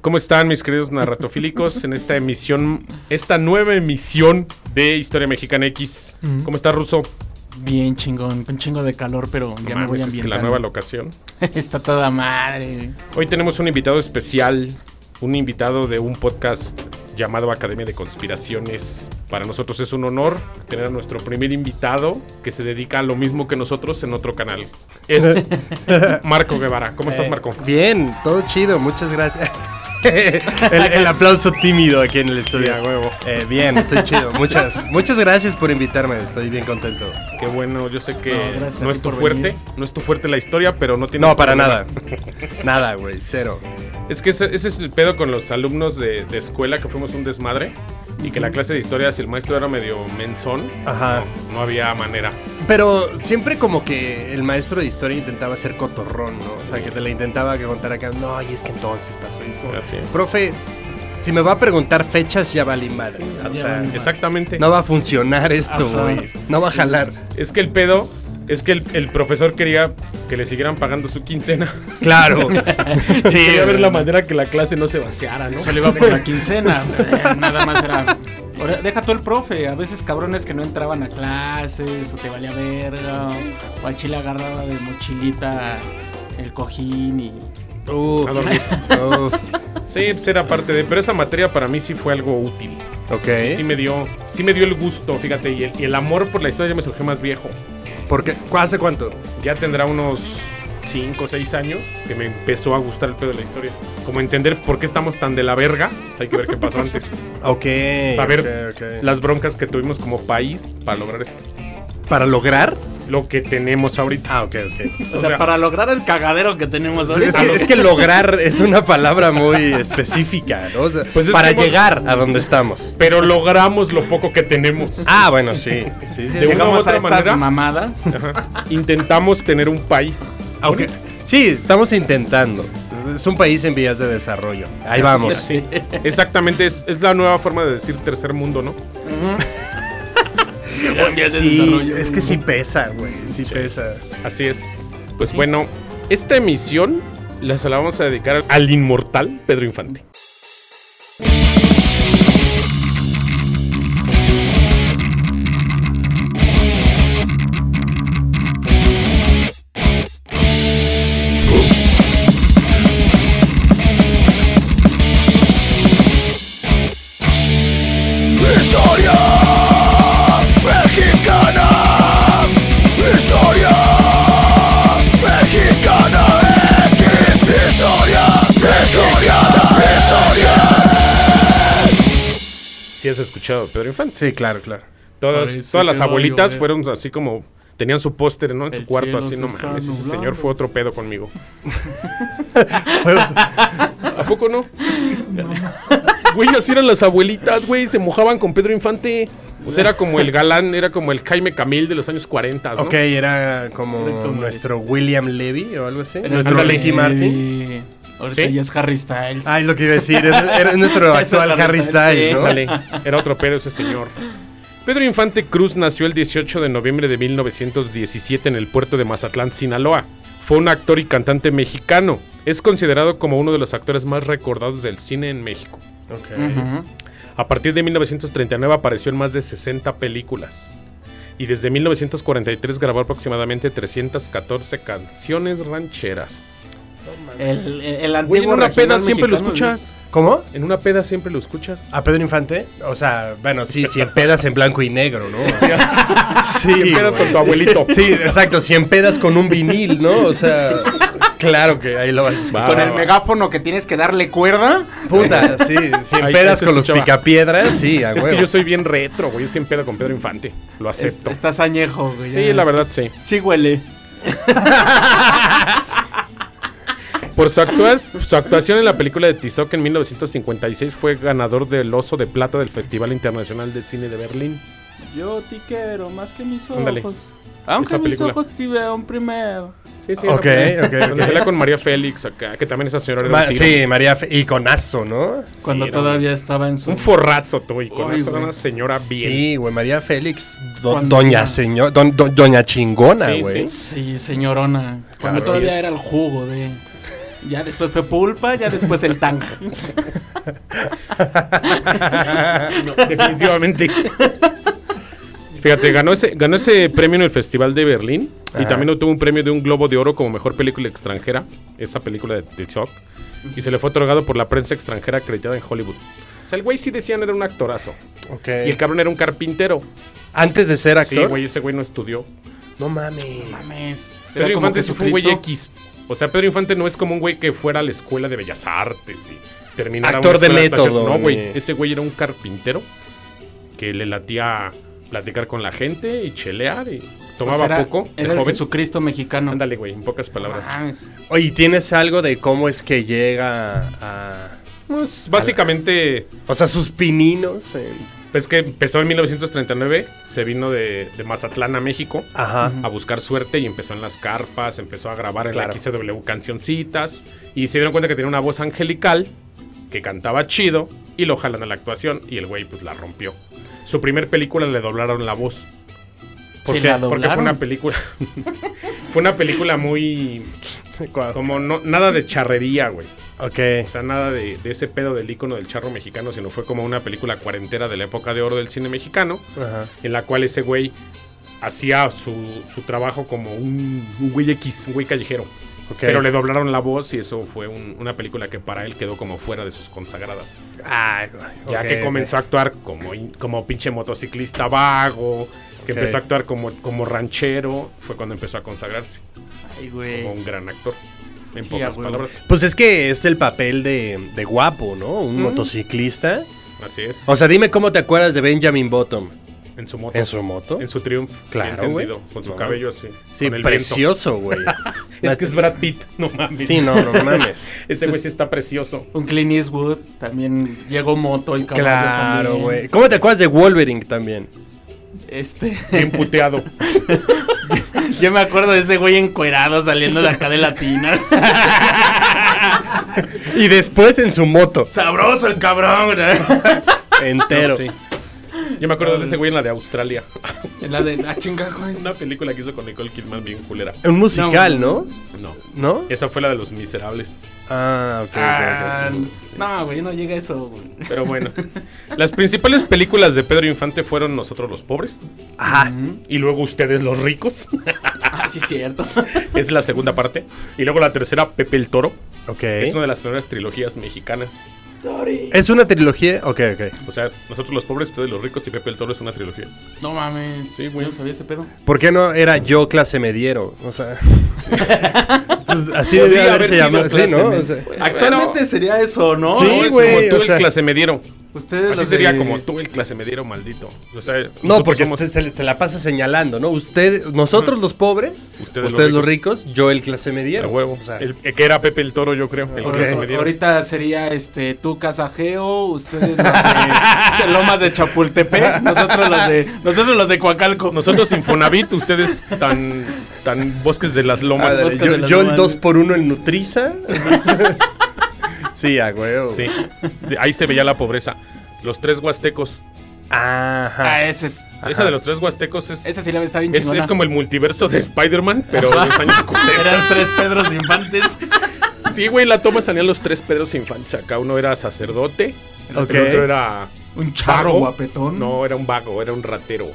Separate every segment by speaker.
Speaker 1: ¿Cómo están mis queridos narratofílicos en esta emisión, esta nueva emisión de Historia Mexicana X?
Speaker 2: Ujú.
Speaker 1: ¿Cómo está Ruso?
Speaker 2: Bien chingón, un chingo de calor,
Speaker 1: No
Speaker 2: pero ya me
Speaker 1: mames,
Speaker 2: voy
Speaker 1: es que la
Speaker 2: ambientando.
Speaker 1: nueva locación.
Speaker 2: Está toda madre.
Speaker 1: Hoy tenemos un invitado especial, un invitado de un podcast llamado Academia de Conspiraciones. Para nosotros es un honor tener a nuestro primer invitado que se dedica a lo mismo que nosotros en otro canal. Es Marco Guevara. ¿Cómo estás,
Speaker 2: Eh,
Speaker 1: Marco?
Speaker 3: Bien, todo chido, muchas gracias. el, el aplauso tímido aquí en el estudio.
Speaker 1: Sí, a huevo.
Speaker 3: Eh, bien, estoy chido. Muchas, muchas gracias por invitarme, estoy bien contento.
Speaker 1: Qué bueno, yo sé que
Speaker 2: No, gracias
Speaker 1: no,
Speaker 2: a ti
Speaker 1: es tu
Speaker 2: por
Speaker 1: fuerte,
Speaker 2: venir.
Speaker 1: no es tu fuerte la historia, pero no tiene
Speaker 3: No, para nada. Nada, güey, cero.
Speaker 1: Es que ese, ese es el pedo con los alumnos de, de escuela que fuimos un desmadre y que la clase de historia, si el maestro era medio menzón,
Speaker 3: Ajá.
Speaker 1: no, no había manera.
Speaker 3: Pero siempre como que el maestro de historia intentaba ser cotorrón, ¿no? O sea, que te la intentaba que contar acá, no, y es que entonces pasó. Y es como,
Speaker 1: Así es.
Speaker 3: profe, si me va a preguntar fechas, ya vale madre.
Speaker 2: Sí,
Speaker 3: o
Speaker 2: ya
Speaker 3: sea,
Speaker 2: vale.
Speaker 1: Exactamente.
Speaker 3: no va a funcionar esto,
Speaker 2: Ajá.
Speaker 3: güey. No va a jalar.
Speaker 1: Es que el pedo es que el, el profesor quería que le siguieran pagando su quincena.
Speaker 3: Claro.
Speaker 2: Sí,
Speaker 1: quería ver
Speaker 2: güey.
Speaker 1: la manera que la clase no se vaciara, ¿no?
Speaker 2: Se le iba por la quincena. güey. Nada más era. Ahora, Deja tú el profe. A veces cabrones que no entraban a clases o te valía verga. O al chile agarraba de mochilita el cojín y.
Speaker 3: Uf,
Speaker 1: A dormir.
Speaker 3: uf.
Speaker 1: Sí, pues era parte de. Pero esa materia para mí sí fue algo útil.
Speaker 3: Ok.
Speaker 1: Sí, sí me dio, sí me dio el gusto, fíjate, y el, y el amor por la historia ya me surgió más viejo.
Speaker 3: Porque, ¿hace cuánto?
Speaker 1: ya tendrá unos 5 o 6 años que me empezó a gustar el pedo de la historia. Como entender por qué estamos tan de la verga. o sea, hay que ver qué pasó antes.
Speaker 3: Ok.
Speaker 1: Saber
Speaker 3: ok, ok.
Speaker 1: las broncas que tuvimos como país para lograr esto.
Speaker 3: ¿Para lograr?
Speaker 1: Lo que tenemos ahorita.
Speaker 3: Ah, ok, ok.
Speaker 2: O, sea, para lograr el cagadero que tenemos
Speaker 3: Es
Speaker 2: ahorita.
Speaker 3: que, es que lograr es una palabra muy específica, ¿no? O sea,
Speaker 1: Pues es
Speaker 3: para
Speaker 1: que hemos-
Speaker 3: llegar a donde estamos.
Speaker 1: Pero logramos lo poco que tenemos.
Speaker 3: Ah, bueno, sí. sí,
Speaker 1: De una
Speaker 3: sí.
Speaker 1: u
Speaker 2: Llegamos a
Speaker 1: otra
Speaker 2: estas
Speaker 1: manera.
Speaker 2: mamadas.
Speaker 1: Ajá. Intentamos tener un país.
Speaker 3: Aunque- sí, estamos intentando. Es un país en vías de desarrollo. Ahí vamos.
Speaker 2: Sí.
Speaker 1: Exactamente, es, es la nueva forma de decir tercer mundo, ¿no?
Speaker 3: Sí, es que sí pesa, güey. Sí pesa.
Speaker 1: Así es. Pues bueno, esta emisión la se la vamos a dedicar al inmortal Pedro Infante.
Speaker 4: Historia mexicana. Historia mexicana X. Historia, historia, historia.
Speaker 1: Si has escuchado de Pedro Infante.
Speaker 3: Sí, claro, claro.
Speaker 1: Todas,
Speaker 2: Parece
Speaker 1: todas las
Speaker 2: que va a
Speaker 1: abuelitas
Speaker 2: llover.
Speaker 1: fueron así como. Tenían su póster, ¿no? En su
Speaker 2: El
Speaker 1: cuarto,
Speaker 2: cielo
Speaker 1: así,
Speaker 2: se
Speaker 1: no
Speaker 2: está
Speaker 1: mames. Ese
Speaker 2: nublando.
Speaker 1: señor fue otro pedo conmigo. ¿A poco no? Güey, así eran las abuelitas, güey. Se mojaban con Pedro Infante. O sea, era como el galán, era como el Jaime Camil de los años 40, ¿no?
Speaker 3: Ok, era como
Speaker 2: Era como este
Speaker 3: nuestro William Levy o algo así.
Speaker 2: Era
Speaker 3: Nuestro
Speaker 1: Ándale.
Speaker 3: Ricky Martin.
Speaker 2: Eh, Ahorita
Speaker 1: ¿Sí?
Speaker 2: ya es Harry Styles.
Speaker 3: Ah, es lo que iba a decir. Era, era nuestro
Speaker 2: Eso
Speaker 3: actual
Speaker 2: también
Speaker 3: Harry
Speaker 2: está-
Speaker 3: Styles,
Speaker 2: sí.
Speaker 3: ¿no?
Speaker 1: Ándale, era otro pedo ese señor. Pedro Infante Cruz nació el 18 de noviembre de 1917 en el puerto de Mazatlán, Sinaloa. Fue un actor y cantante mexicano. Es considerado como uno de los actores más recordados del cine en México.
Speaker 2: Ujú.
Speaker 1: A partir de 1939 apareció en más de 60 películas. Y desde 1943 grabó aproximadamente 314 canciones rancheras.
Speaker 2: El, el, el
Speaker 1: Güey, en
Speaker 2: antiguo
Speaker 1: una peda
Speaker 2: regional
Speaker 1: siempre lo
Speaker 2: mexicano,
Speaker 1: escuchas.
Speaker 3: ¿Cómo?
Speaker 1: En una peda siempre lo escuchas.
Speaker 3: ¿A Pedro Infante? O sea, bueno, sí, si empedas en blanco y negro, ¿no? Sí,
Speaker 1: Si empedas
Speaker 3: güey.
Speaker 1: con tu abuelito.
Speaker 3: Sí, exacto, si empedas con un vinil, ¿no? O sea, claro que ahí lo vas a
Speaker 1: Va.
Speaker 3: escuchar.
Speaker 2: Con el megáfono que tienes que darle cuerda.
Speaker 3: Puta, sí, si
Speaker 1: Ahí- ahí
Speaker 3: empedas
Speaker 1: se
Speaker 3: con los
Speaker 1: escuchaba.
Speaker 3: picapiedras, sí, a
Speaker 1: Es
Speaker 3: huevo. Este,
Speaker 1: que yo soy bien retro, güey. Yo siempre pedo con Pedro Infante. Lo
Speaker 2: Es-
Speaker 1: acepto.
Speaker 2: estás añejo, güey.
Speaker 1: Sí,
Speaker 2: ya.
Speaker 1: la verdad, sí.
Speaker 2: Sí huele.
Speaker 1: Por su, actua- su actuación en la película de Tizoc en 1956 fue ganador del Oso de Plata del Festival Internacional de Cine de Berlín.
Speaker 2: Yo te quiero más que mis ojos.
Speaker 1: Ándale. Ah,
Speaker 2: Aunque
Speaker 1: Esa
Speaker 2: mis
Speaker 1: película.
Speaker 2: ojos te vean primero.
Speaker 1: Sí, sí.
Speaker 3: Ok,
Speaker 1: era-
Speaker 3: ok,
Speaker 1: Donde
Speaker 3: ok.
Speaker 1: salía con María Félix acá, que también esa señora era
Speaker 3: Ma-
Speaker 1: un tiro.
Speaker 3: sí, María Fe- y conazo, ¿no?
Speaker 2: Cuando
Speaker 1: era
Speaker 2: todavía estaba en su.
Speaker 1: Un forrazo, tú, y con
Speaker 2: Uy,
Speaker 1: eso era
Speaker 2: güey.
Speaker 1: una señora bien.
Speaker 3: Sí, güey, María Félix, do-
Speaker 2: Cuando-
Speaker 3: doña señor, don- do- doña chingona,
Speaker 1: Sí,
Speaker 3: güey.
Speaker 1: sí.
Speaker 2: Sí, señorona. Cuando
Speaker 3: Cabrón.
Speaker 2: todavía era el jugo de. Ya después fue Pulpa, ya después el Tang.
Speaker 1: No, definitivamente. Fíjate, ganó ese, ganó ese premio en el Festival de Berlín y
Speaker 3: Ajá.
Speaker 1: también obtuvo un premio de un Globo de Oro como mejor película extranjera, esa película de TikTok, y se le fue otorgado por la prensa extranjera acreditada en Hollywood. O sea, el güey sí decían era un actorazo.
Speaker 3: Ok.
Speaker 1: Y el cabrón era un carpintero.
Speaker 3: Antes de ser
Speaker 1: Sí,
Speaker 3: Eh. actor.
Speaker 1: güey, ese güey no estudió.
Speaker 3: no mames.
Speaker 2: Mames. Era
Speaker 1: Pedro
Speaker 2: como
Speaker 1: Infante sí fue un güey
Speaker 2: Jesucristo.
Speaker 1: X. O sea, Pedro Infante no es como un güey que fuera a la escuela de bellas artes y terminara
Speaker 3: Actor
Speaker 1: una escuela
Speaker 3: de
Speaker 1: actuación.
Speaker 3: método,
Speaker 1: No, güey.
Speaker 3: ni-
Speaker 1: Ese güey era un carpintero que le latía platicar con la gente y chelear y tomaba
Speaker 2: O sea, Pues era-
Speaker 1: poco. de
Speaker 2: Era el
Speaker 1: joven.
Speaker 2: Jesucristo Ah. mexicano.
Speaker 1: Ándale, güey, en pocas palabras.
Speaker 2: Mames.
Speaker 3: Oye, ¿y ¿tienes algo de cómo es que llega a.
Speaker 1: Pues, básicamente,
Speaker 3: O sea, sus pininos. en-
Speaker 1: pues que empezó en 1939, se vino de, de Mazatlán a México.
Speaker 3: Ajá.
Speaker 1: a buscar suerte y empezó en las carpas, empezó a grabar en
Speaker 3: Claro.
Speaker 1: la XW cancioncitas y se dieron cuenta que tenía una voz angelical, que cantaba chido y lo jalan a la actuación y el güey pues la rompió. Su primer película le doblaron la voz.
Speaker 2: ¿Se
Speaker 1: porque fue
Speaker 2: la doblaron?
Speaker 1: una película fue una película muy como no nada de charrería, güey.
Speaker 3: Ok.
Speaker 1: O sea, nada de, de ese pedo del ícono del charro mexicano, sino fue como una película cuarentera de la época de oro del cine mexicano
Speaker 3: Ajá.
Speaker 1: en la cual ese güey hacía su, su trabajo como un, un güey X, un güey callejero.
Speaker 3: Ok.
Speaker 1: Pero le doblaron la voz y eso fue un- una película que para él quedó como fuera de sus consagradas.
Speaker 3: Ay, güey,
Speaker 1: ya
Speaker 3: Ah, ok,
Speaker 1: que
Speaker 3: ok.
Speaker 1: comenzó a actuar como, in- como pinche motociclista vago, que
Speaker 3: Ok.
Speaker 1: empezó a actuar como, como ranchero, fue cuando empezó a consagrarse
Speaker 2: Ay, güey.
Speaker 3: Eh.
Speaker 1: como un gran actor. En
Speaker 2: Sí,
Speaker 1: pocas
Speaker 2: a huevo.
Speaker 1: palabras.
Speaker 3: Pues es que es el papel de, de guapo, ¿no? Un motociclista.
Speaker 1: Así es.
Speaker 3: O sea, dime cómo te acuerdas de Benjamin Bottom.
Speaker 1: En su moto.
Speaker 3: ¿En su moto?
Speaker 1: En su triunfo.
Speaker 3: Claro,
Speaker 1: bien
Speaker 3: güey.
Speaker 1: tendido, Con su
Speaker 3: No.
Speaker 1: cabello así.
Speaker 3: sí,
Speaker 1: con el viento.
Speaker 3: precioso, güey.
Speaker 1: Es que es Brad Pitt, no mames.
Speaker 3: Sí, no, no mames.
Speaker 1: Ese güey sí está precioso.
Speaker 2: Un Clint Eastwood también llegó moto y caballo
Speaker 3: Claro,
Speaker 2: también.
Speaker 3: güey. ¿Cómo te acuerdas de Wolverine también?
Speaker 2: Este,
Speaker 1: Bien puteado.
Speaker 2: yo me acuerdo de ese güey encuerado saliendo de acá de Latina.
Speaker 3: Y después en su moto.
Speaker 2: Sabroso el cabrón, güey.
Speaker 3: Entero.
Speaker 1: No, sí. Yo me acuerdo de ese güey en la de Australia.
Speaker 2: La de la chinga, güey.
Speaker 1: Una película que hizo con Nicole Kidman bien culera.
Speaker 3: Un musical, ¿no?
Speaker 1: No.
Speaker 3: ¿No?
Speaker 1: Esa fue la de los miserables.
Speaker 3: Ah, ok. ok, ok.
Speaker 2: Ah, no, güey, no llega a eso. güey.
Speaker 1: Pero bueno. Las principales películas de Pedro Infante fueron Nosotros los pobres.
Speaker 3: Ajá.
Speaker 1: Y luego Ustedes los ricos.
Speaker 2: Ah, sí, cierto.
Speaker 1: es la segunda parte. Y luego la tercera, Pepe el Toro.
Speaker 3: Ah, Ok.
Speaker 1: Es una de las primeras trilogías mexicanas.
Speaker 3: Es una trilogía. Ok, ok.
Speaker 1: O sea, Nosotros los pobres, Ustedes los ricos y Pepe el Toro es una trilogía.
Speaker 2: No mames.
Speaker 1: Sí,
Speaker 2: Sí,
Speaker 1: güey.
Speaker 2: güey. No sabía ese pedo.
Speaker 3: ¿Por qué no era yo clase mediero? O sea. pues, así debería
Speaker 1: Podría
Speaker 3: haberse
Speaker 1: haber
Speaker 3: llamado.
Speaker 1: sido
Speaker 3: Sí, ¿no?
Speaker 1: clase
Speaker 3: O sea,
Speaker 2: Actualmente sería eso, ¿no?
Speaker 3: Sí,
Speaker 1: No, es
Speaker 3: güey,
Speaker 1: como tú
Speaker 3: o
Speaker 1: el
Speaker 3: sea-
Speaker 1: clase mediero.
Speaker 2: Ustedes
Speaker 1: Así
Speaker 2: los
Speaker 1: sería
Speaker 2: de-
Speaker 1: como tú el clase mediero maldito. O sea,
Speaker 3: no,
Speaker 1: nosotros
Speaker 3: porque este
Speaker 1: somos-
Speaker 3: se, se- se la pasa señalando, ¿no? Ustedes, nosotros los pobres,
Speaker 1: Ustedes
Speaker 3: ustedes,
Speaker 1: los
Speaker 3: los ricos, yo el clase mediero.
Speaker 1: A huevo.
Speaker 3: O sea,
Speaker 1: El- eh, que era Pepe el Toro, yo creo. El
Speaker 2: Por
Speaker 1: que se
Speaker 2: eso,
Speaker 1: me dieron.
Speaker 2: ahorita sería este tú casajeo, ustedes los de Lomas de Chapultepec, nosotros los de nosotros los de Coacalco.
Speaker 1: Nosotros Infonavit, ustedes tan, tan bosques de las
Speaker 3: ah,
Speaker 1: lomas.
Speaker 2: de- Bosques
Speaker 3: yo,
Speaker 2: las
Speaker 3: yo el
Speaker 2: Lomas.
Speaker 3: 2x1 en Nutriza. sí, a huevo.
Speaker 1: Sí. De- Ahí se veía la pobreza. Los tres huastecos.
Speaker 3: Ajá.
Speaker 2: Ah, ese es
Speaker 1: Esa de los tres huastecos es,
Speaker 2: esa sí la está bien
Speaker 1: es,
Speaker 2: chingona.
Speaker 1: es como el multiverso de Spider-Man, pero de los años 40.
Speaker 2: eran tres Pedros infantes.
Speaker 1: Sí, güey, la toma salían los tres Pedros infantes. Acá uno era sacerdote,
Speaker 3: Ok.
Speaker 1: el otro era.
Speaker 2: Un charro
Speaker 1: vago.
Speaker 2: guapetón.
Speaker 1: No, era un vago, era un ratero.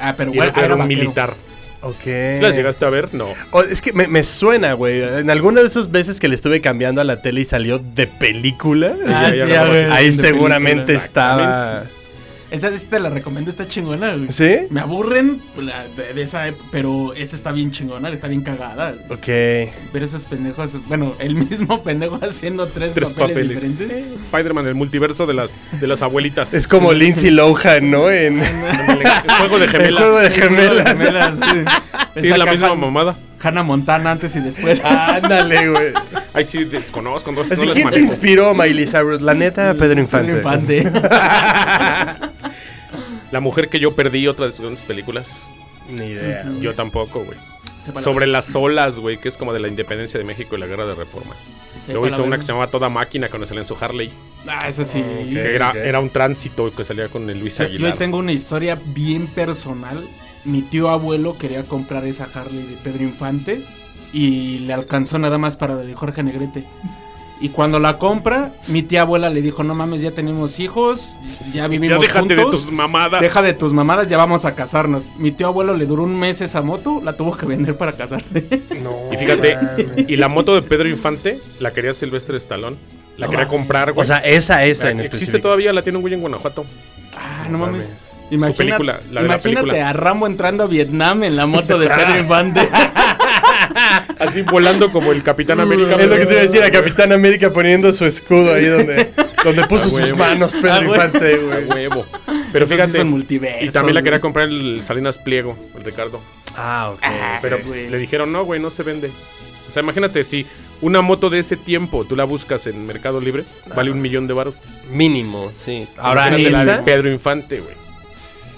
Speaker 2: Ah, pero
Speaker 1: Y el
Speaker 2: bueno,
Speaker 1: otro era un
Speaker 2: vaquero. Eh.
Speaker 1: militar.
Speaker 3: Ok.
Speaker 1: ¿Sí las llegaste a ver? No.
Speaker 3: O- es que me, me suena, güey. En alguna de esas veces que le estuve cambiando a la tele y salió de película.
Speaker 2: Ah,
Speaker 3: o sea,
Speaker 2: sí,
Speaker 1: ya
Speaker 2: ah, güey.
Speaker 3: ahí
Speaker 2: De
Speaker 3: seguramente
Speaker 2: película.
Speaker 3: estaba.
Speaker 2: Esa sí te la recomiendo, está chingona. güey.
Speaker 3: ¿Sí?
Speaker 2: Me aburren pues, la- de, de esa, ep- pero esa está bien chingona, está bien cagada.
Speaker 3: Ok.
Speaker 2: Ver esos pendejos, bueno, el mismo pendejo haciendo tres,
Speaker 1: Tres
Speaker 2: papeles,
Speaker 1: papeles.
Speaker 2: diferentes.
Speaker 1: Eh, Spider-Man, el multiverso de las, de las abuelitas.
Speaker 3: Es como Lindsay Lohan, ¿no? En
Speaker 1: Ándale, el juego de
Speaker 3: el
Speaker 1: gemelas.
Speaker 3: juego de gemelas.
Speaker 2: sí.
Speaker 1: Sí, la
Speaker 2: Saca
Speaker 1: misma
Speaker 2: Han-
Speaker 1: mamada.
Speaker 2: Hannah Montana antes y después.
Speaker 3: Ándale, güey.
Speaker 1: Ay, sí, desconozco. No, no
Speaker 3: Así
Speaker 1: las
Speaker 3: que te
Speaker 1: manejo.
Speaker 3: inspiró Miley Cyrus, la neta, Pedro Infante.
Speaker 2: Pedro Infante.
Speaker 1: La mujer que yo perdí, otra de sus grandes películas.
Speaker 3: Ni idea.
Speaker 1: Yo tampoco, güey.
Speaker 2: Se para-
Speaker 1: Sobre las olas, güey, que es como de la independencia de México y la guerra de reforma.
Speaker 2: se
Speaker 1: Luego
Speaker 2: para
Speaker 1: hizo
Speaker 2: ver-
Speaker 1: una que se llamaba Toda Máquina cuando salía en su Harley.
Speaker 2: Ah, esa sí.
Speaker 3: Ok.
Speaker 1: Que era, era un tránsito que salía con el Luis
Speaker 2: Yo- Yo ahí
Speaker 1: Aguilar.
Speaker 2: tengo una historia bien personal. Mi tío abuelo quería comprar esa Harley de Pedro Infante y le alcanzó nada más para la de Jorge Negrete. Y cuando la compra, mi tía abuela le dijo, no mames, ya tenemos hijos, ya
Speaker 1: Ya
Speaker 2: vivimos
Speaker 1: déjate de
Speaker 2: juntos.
Speaker 1: tus mamadas.
Speaker 2: Deja de tus mamadas, ya vamos a casarnos. Mi tío abuelo le duró un mes esa moto, la tuvo que vender para casarse.
Speaker 3: No.
Speaker 1: Y fíjate,
Speaker 3: mames.
Speaker 1: y la moto de Pedro Infante la quería Silvestre Stallone. La quería comprar, güey.
Speaker 3: O sea, esa, esa en
Speaker 1: existe
Speaker 3: específico.
Speaker 1: todavía, la tiene un güey en Guanajuato.
Speaker 2: Ah, no mames.
Speaker 3: Mames.
Speaker 1: Su película, la de la
Speaker 2: imagínate
Speaker 1: película.
Speaker 2: a Rambo entrando a Vietnam en la moto de Pedro Infante.
Speaker 1: Así volando como el Capitán América. Ah,
Speaker 3: Es lo que te iba a decir a Capitán América poniendo su escudo ahí donde, donde puso
Speaker 1: Ah,
Speaker 3: sus
Speaker 1: huevo.
Speaker 3: manos Pedro
Speaker 2: Ah, huevo.
Speaker 3: Infante,
Speaker 1: A
Speaker 3: güey.
Speaker 1: huevo. Pero
Speaker 2: Esos sí
Speaker 1: fíjate.
Speaker 2: son multiversos,
Speaker 1: y también la quería
Speaker 2: güey.
Speaker 1: comprar el Salinas Pliego, el Ricardo.
Speaker 3: Ah, ok.
Speaker 1: Pero pues, le dijeron, no, güey, no se vende. O sea, imagínate si una moto de ese tiempo tú la buscas en Mercado Libre,
Speaker 3: Ah.
Speaker 1: vale un millón de baros.
Speaker 3: Mínimo, sí. Ahora,
Speaker 1: Ahora la de
Speaker 3: esa,
Speaker 1: Pedro Infante, güey.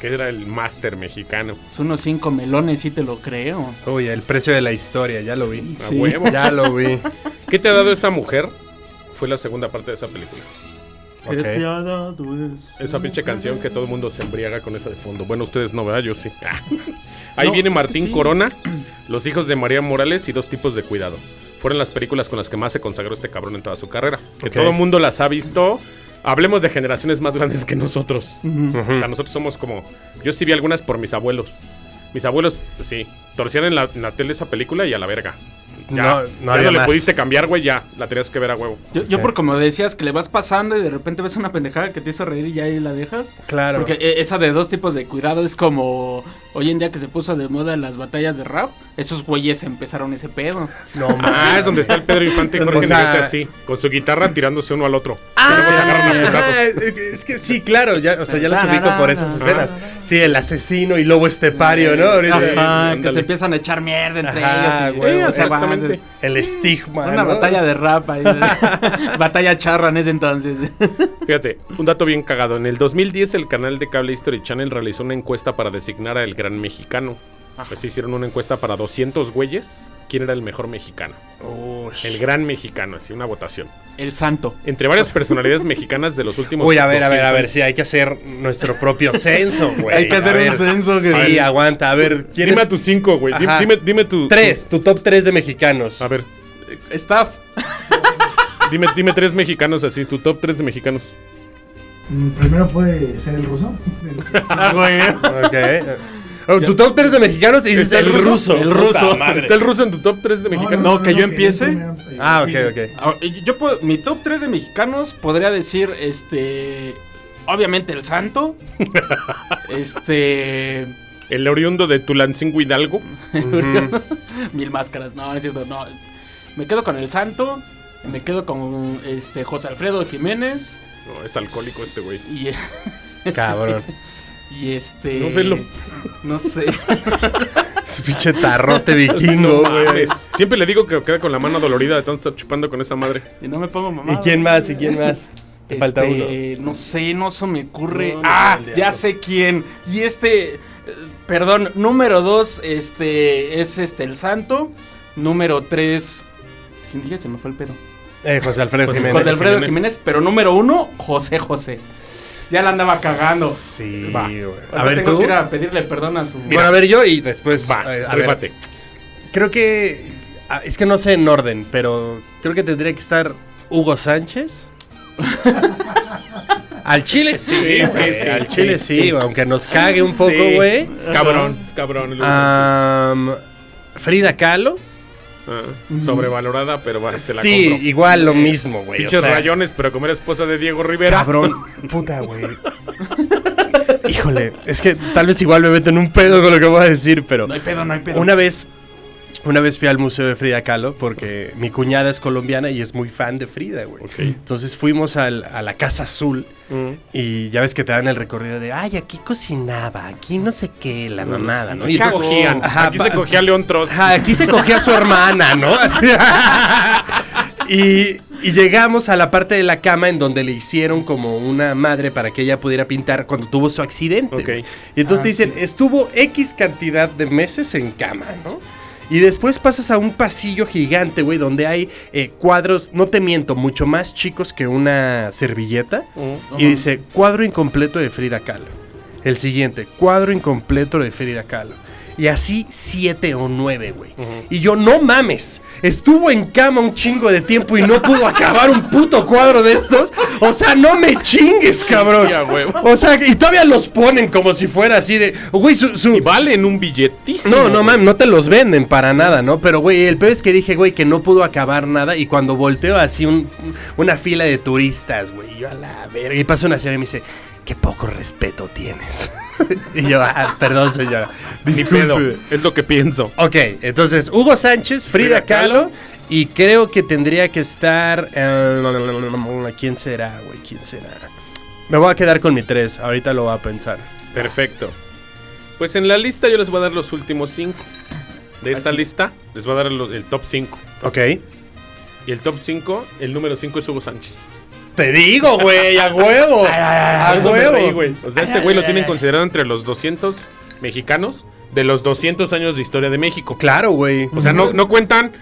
Speaker 1: Que era el máster mexicano.
Speaker 2: Son unos cinco melones, sí te lo creo.
Speaker 3: Uy, el precio de la historia, ya lo vi.
Speaker 1: A
Speaker 2: Sí.
Speaker 1: huevo.
Speaker 3: Ya lo vi.
Speaker 1: ¿Qué te ha dado esa mujer? Fue la segunda parte de esa película.
Speaker 3: Ok.
Speaker 1: Esa pinche canción que todo el mundo se embriaga con esa de fondo. Bueno, ustedes no, ¿verdad? Yo sí. Ah. Ahí
Speaker 2: No,
Speaker 1: viene
Speaker 2: es que
Speaker 1: Martín
Speaker 2: sí.
Speaker 1: Corona, Los hijos de María Morales y Dos tipos de cuidado. Fueron las películas con las que más se consagró este cabrón en toda su carrera. Que
Speaker 3: Ok.
Speaker 1: todo el mundo las ha visto. Hablemos de generaciones más grandes que nosotros. O sea, nosotros somos como... Yo sí vi algunas por mis abuelos. Mis abuelos, sí, torcían en la, en la tele esa película y a la verga. Ya,
Speaker 3: No,
Speaker 1: ya
Speaker 3: no
Speaker 1: no,
Speaker 3: había
Speaker 1: le
Speaker 3: más.
Speaker 1: pudiste cambiar, güey, ya. La tenías que ver a huevo.
Speaker 2: Yo, yo
Speaker 3: Ok.
Speaker 2: por como decías que le vas pasando y de repente ves una pendejada que te hizo reír y ya ahí la dejas.
Speaker 3: Claro.
Speaker 2: Porque eh, esa de dos tipos de cuidado es como hoy en día que se puso de moda las batallas de rap. Esos güeyes empezaron ese pedo.
Speaker 3: no,
Speaker 1: Ah,
Speaker 3: mames.
Speaker 1: es donde está el Pedro Infante y Jorge
Speaker 3: O sea-
Speaker 1: Negrete así, con su guitarra tirándose uno al otro.
Speaker 3: Ah,
Speaker 1: Luego se agarran a putazos.
Speaker 3: ah, es que sí, claro, ya, o sea, ya las ubico por esas escenas. Sí, el asesino y lobo estepario, ¿no? Ahorita.
Speaker 2: Ajá, que
Speaker 1: ándale.
Speaker 2: se empiezan a echar mierda entre
Speaker 3: Ajá,
Speaker 2: ellos. Y,
Speaker 3: güey,
Speaker 2: eh, se van.
Speaker 1: exactamente.
Speaker 3: El estigma.
Speaker 2: Una
Speaker 3: ¿no?
Speaker 2: batalla de rap. ahí. batalla charra en ese entonces.
Speaker 1: Fíjate, un dato bien cagado. En el 2010 el canal de cable History Channel realizó una encuesta para designar al gran mexicano. Pues hicieron una encuesta para 200 güeyes. ¿Quién era el mejor mexicano?
Speaker 3: Ush.
Speaker 1: El gran mexicano, así una votación.
Speaker 2: El santo.
Speaker 1: Entre varias personalidades mexicanas de los últimos...
Speaker 3: Uy, a ver, a ver, a
Speaker 1: 200
Speaker 3: ver, sí, hay que hacer nuestro propio censo, güey.
Speaker 2: Hay que
Speaker 3: A
Speaker 2: hacer un
Speaker 3: ver.
Speaker 2: censo, güey.
Speaker 3: Sí, aguanta, a ver, ¿quién
Speaker 1: Dime
Speaker 3: es
Speaker 1: a tus cinco, güey. Dime,
Speaker 3: Ajá.
Speaker 1: dime, dime tu...
Speaker 3: Tres, Eh, tu top tres de mexicanos.
Speaker 1: A ver,
Speaker 2: Staff.
Speaker 1: dime, dime tres mexicanos así, tu top tres de mexicanos.
Speaker 5: Mm, Primero puede ser el ruso.
Speaker 2: Ah,
Speaker 3: Ok. Oh, tu top tres de mexicanos y dices
Speaker 1: Está el
Speaker 3: el ruso.
Speaker 2: El ruso.
Speaker 3: Puta madre.
Speaker 1: ¿Está el ruso en tu top tres de mexicanos?
Speaker 2: no, que yo empiece.
Speaker 5: primero, eh,
Speaker 3: Ah, ok,
Speaker 5: Fidel.
Speaker 3: ok.
Speaker 2: Ah, y Yo puedo- mi top 3 de mexicanos podría decir, este, obviamente el santo, este,
Speaker 1: El oriundo de Tulancingo Hidalgo.
Speaker 2: mil máscaras, no, no es cierto, no, me quedo con el santo, me quedo con este José Alfredo Jiménez
Speaker 1: No, es alcohólico este güey.
Speaker 2: y
Speaker 3: Cabrón.
Speaker 2: y este,
Speaker 1: No, velo.
Speaker 2: no sé,
Speaker 3: Su pinche tarrote vikingo,
Speaker 1: No
Speaker 3: güey.
Speaker 1: mames. Siempre le digo que queda con la mano dolorida de tanto estar chupando con esa madre.
Speaker 2: y no me pongo mamá.
Speaker 3: ¿Y quién más? ¿Y quién más? Te falta uno.
Speaker 2: Este, no sé, no se me ocurre.
Speaker 1: No, no,
Speaker 2: ah,
Speaker 1: no, no, no.
Speaker 2: ya sé quién. Y este, eh, perdón, número dos, este, es este el santo. Número tres, ¿quién dije? Se me fue el pedo.
Speaker 3: Eh, José Alfredo
Speaker 1: José-
Speaker 3: Jiménez.
Speaker 2: José Alfredo
Speaker 1: Jiménez.
Speaker 2: Jiménez. pero número uno, José José. Ya la andaba cagando.
Speaker 3: Sí,
Speaker 1: Va.
Speaker 3: güey.
Speaker 2: Ahorita tengo que ir a pedirle perdón a su.
Speaker 3: Bueno, a ver yo y después.
Speaker 1: Va,
Speaker 3: eh, a ver.
Speaker 1: rífate.
Speaker 3: Creo que. ah, Es que no sé en orden, pero creo que tendría que estar Hugo Sánchez. al Chile sí,
Speaker 1: Sí, sí,
Speaker 3: güey,
Speaker 1: sí.
Speaker 3: Al Chile sí,
Speaker 1: Sí.
Speaker 3: aunque nos cague un poco,
Speaker 1: Sí,
Speaker 3: güey. Ah.
Speaker 1: Es cabrón, es cabrón. el Urso.
Speaker 3: Am, Frida Kahlo.
Speaker 1: Ah, sobrevalorada, pero va, te Este la
Speaker 3: Mm. sí,
Speaker 1: compro.
Speaker 3: igual lo mismo, güey. o
Speaker 1: Pinches
Speaker 3: sea,
Speaker 1: rayones, pero como era esposa de Diego Rivera.
Speaker 3: Cabrón, puta, güey. Híjole, es que tal vez igual me meto en un pedo con lo que voy a decir, pero.
Speaker 2: No hay pedo, no hay pedo.
Speaker 3: Una vez, una vez fui al museo de Frida Kahlo porque mi cuñada es colombiana y es muy fan de Frida, güey.
Speaker 1: Ok.
Speaker 3: Entonces fuimos al- a la Casa Azul
Speaker 1: Mm.
Speaker 3: y ya ves que te dan el recorrido de, ay, aquí cocinaba, aquí no sé qué, la mamada, ¿no? Y
Speaker 1: Mm. Aquí
Speaker 3: entonces-
Speaker 1: cogían.
Speaker 3: Ajá,
Speaker 1: Aquí se
Speaker 3: pa-
Speaker 1: cogía León Trost.
Speaker 3: Ajá, aquí se cogía a su hermana, ¿no? Así- y, y llegamos a la parte de la cama en donde le hicieron como una madre para que ella pudiera pintar cuando tuvo su accidente.
Speaker 1: Ok.
Speaker 3: Y entonces
Speaker 2: Ah,
Speaker 3: te dicen, estuvo X cantidad de meses en cama, ¿no? Y después pasas a un pasillo gigante, güey, donde hay eh, cuadros, no te miento, mucho más chicos que una servilleta.
Speaker 1: Mm.
Speaker 3: Y dice, cuadro incompleto de Frida Kahlo. El siguiente, cuadro incompleto de Frida Kahlo. Y así siete o nueve, güey. Y yo, no mames, estuvo en cama un chingo de tiempo y no pudo acabar un puto cuadro de estos. O sea, no me chingues, cabrón.
Speaker 1: sí, a huevo.
Speaker 3: o sea, y todavía los ponen como si fuera así de, güey, su, su-
Speaker 1: Y valen un billetísimo.
Speaker 3: no, no
Speaker 1: güey.
Speaker 3: mames, no te los venden para nada, ¿no? Pero, güey, el peor es que dije, güey, que no pudo acabar nada. Y cuando volteo así un- una fila de turistas, güey, yo a la verga. Y pasa una señora y me dice, qué poco respeto tienes. y yo, ah, perdón, señora.
Speaker 1: Ni
Speaker 3: disculpe.
Speaker 1: pedo. Es lo que pienso.
Speaker 3: Ok, entonces, Hugo Sánchez, Frida,
Speaker 1: Frida Kahlo.
Speaker 3: Kahlo. Y creo que tendría que estar. eh, ¿Quién será, güey? ¿Quién será? Me voy a quedar con mi 3. Ahorita lo voy a pensar.
Speaker 1: Perfecto. Pues en la lista yo les voy a dar los últimos cinco. De esta lista les voy a dar lo- el top 5.
Speaker 3: Ok.
Speaker 1: Y el top 5, el número 5 es Hugo Sánchez.
Speaker 3: Te digo, güey, a huevo. a
Speaker 2: Ah,
Speaker 1: Es donde reí,
Speaker 3: huevo.
Speaker 1: güey. O sea, este güey lo tienen considerado entre los 200 mexicanos de los 200 años de historia de México.
Speaker 3: Claro, güey.
Speaker 1: O sea, no, no cuentan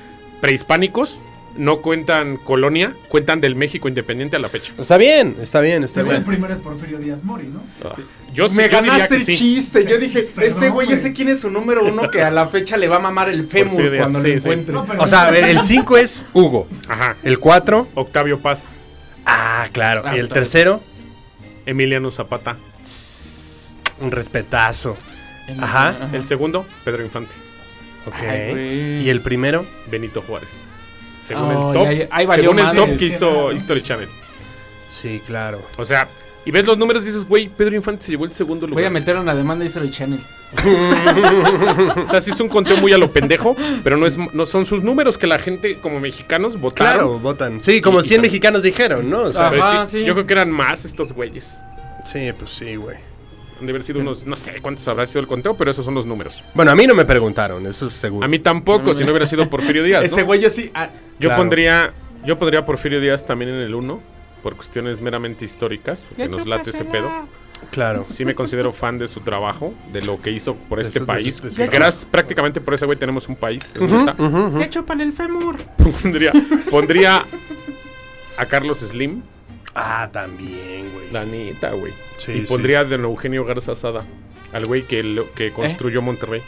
Speaker 1: prehispánicos, no cuentan colonia, cuentan del México independiente a la fecha.
Speaker 3: Está bien, está bien, está
Speaker 5: Según
Speaker 3: bien.
Speaker 5: primero es Porfirio Díaz Mori, ¿no?
Speaker 1: Ah, Yo, sí-
Speaker 2: Me
Speaker 1: yo diría
Speaker 2: ganaste
Speaker 1: que
Speaker 2: el
Speaker 1: sí.
Speaker 2: chiste. Yo dije,
Speaker 5: Perdón,
Speaker 2: ese güey, yo
Speaker 5: güey.
Speaker 2: sé quién es su número uno que a la fecha le va a mamar el
Speaker 1: Porfirio
Speaker 2: fémur
Speaker 1: Díaz,
Speaker 2: cuando
Speaker 1: sí,
Speaker 2: lo
Speaker 1: sí.
Speaker 2: encuentre.
Speaker 5: No, pero-
Speaker 3: O sea, a ver, el 5 es Hugo.
Speaker 1: Ajá.
Speaker 3: El 4,
Speaker 1: Octavio Paz,
Speaker 3: ah, claro.
Speaker 2: Ah,
Speaker 3: Y el
Speaker 2: está
Speaker 3: tercero,
Speaker 1: Emiliano Zapata.
Speaker 3: un respetazo. Ajá.
Speaker 1: El segundo, Pedro Infante.
Speaker 3: Ok.
Speaker 2: Ay, güey.
Speaker 3: y el primero,
Speaker 1: Benito Juárez. Según
Speaker 2: Oh,
Speaker 1: el top,
Speaker 2: ya, ya, ahí valió
Speaker 1: según el
Speaker 2: madre.
Speaker 1: top que hizo History Channel.
Speaker 3: sí, claro.
Speaker 1: O sea, y ves los números y dices, güey, Pedro Infante se llevó el segundo
Speaker 2: Voy
Speaker 1: lugar.
Speaker 2: a meter una demanda de History Channel.
Speaker 1: O sea, sí es un conteo muy a lo pendejo, pero no, es, no son sus números que la gente como mexicanos votaron.
Speaker 3: Claro, votan. Sí, como
Speaker 1: Y- y
Speaker 3: 100
Speaker 1: sale.
Speaker 3: mexicanos dijeron, ¿no? O sea,
Speaker 1: Pero
Speaker 2: Ajá,
Speaker 1: sí,
Speaker 2: sí.
Speaker 1: Yo creo que eran más estos güeyes.
Speaker 3: sí, pues sí, güey.
Speaker 1: Han de haber sido unos, no sé cuántos habrá sido el conteo, pero esos son los números.
Speaker 3: Bueno, a mí no me preguntaron, eso es seguro.
Speaker 1: A mí tampoco, si no hubiera sido Porfirio Díaz. ¿no?
Speaker 2: Ese güey, yo sí. ah,
Speaker 1: yo
Speaker 3: Claro.
Speaker 1: pondría yo pondría a Porfirio Díaz también en el 1, por cuestiones meramente históricas, porque nos late ese pedo.
Speaker 3: claro.
Speaker 1: Sí me considero fan de su trabajo, de lo que hizo por
Speaker 3: De
Speaker 1: este
Speaker 3: su- de
Speaker 1: país.
Speaker 3: su- de su
Speaker 1: Que
Speaker 3: trabajo.
Speaker 1: gracias- prácticamente por ese güey tenemos un país. es neta.
Speaker 2: ¿Qué chupan el fémur?
Speaker 1: pondría, pondría a Carlos Slim.
Speaker 3: Ah, también, güey.
Speaker 1: La neta, güey.
Speaker 3: Sí,
Speaker 1: y
Speaker 3: sí.
Speaker 1: pondría a Don Eugenio Garza Sada, al güey que, lo- que construyó Monterrey.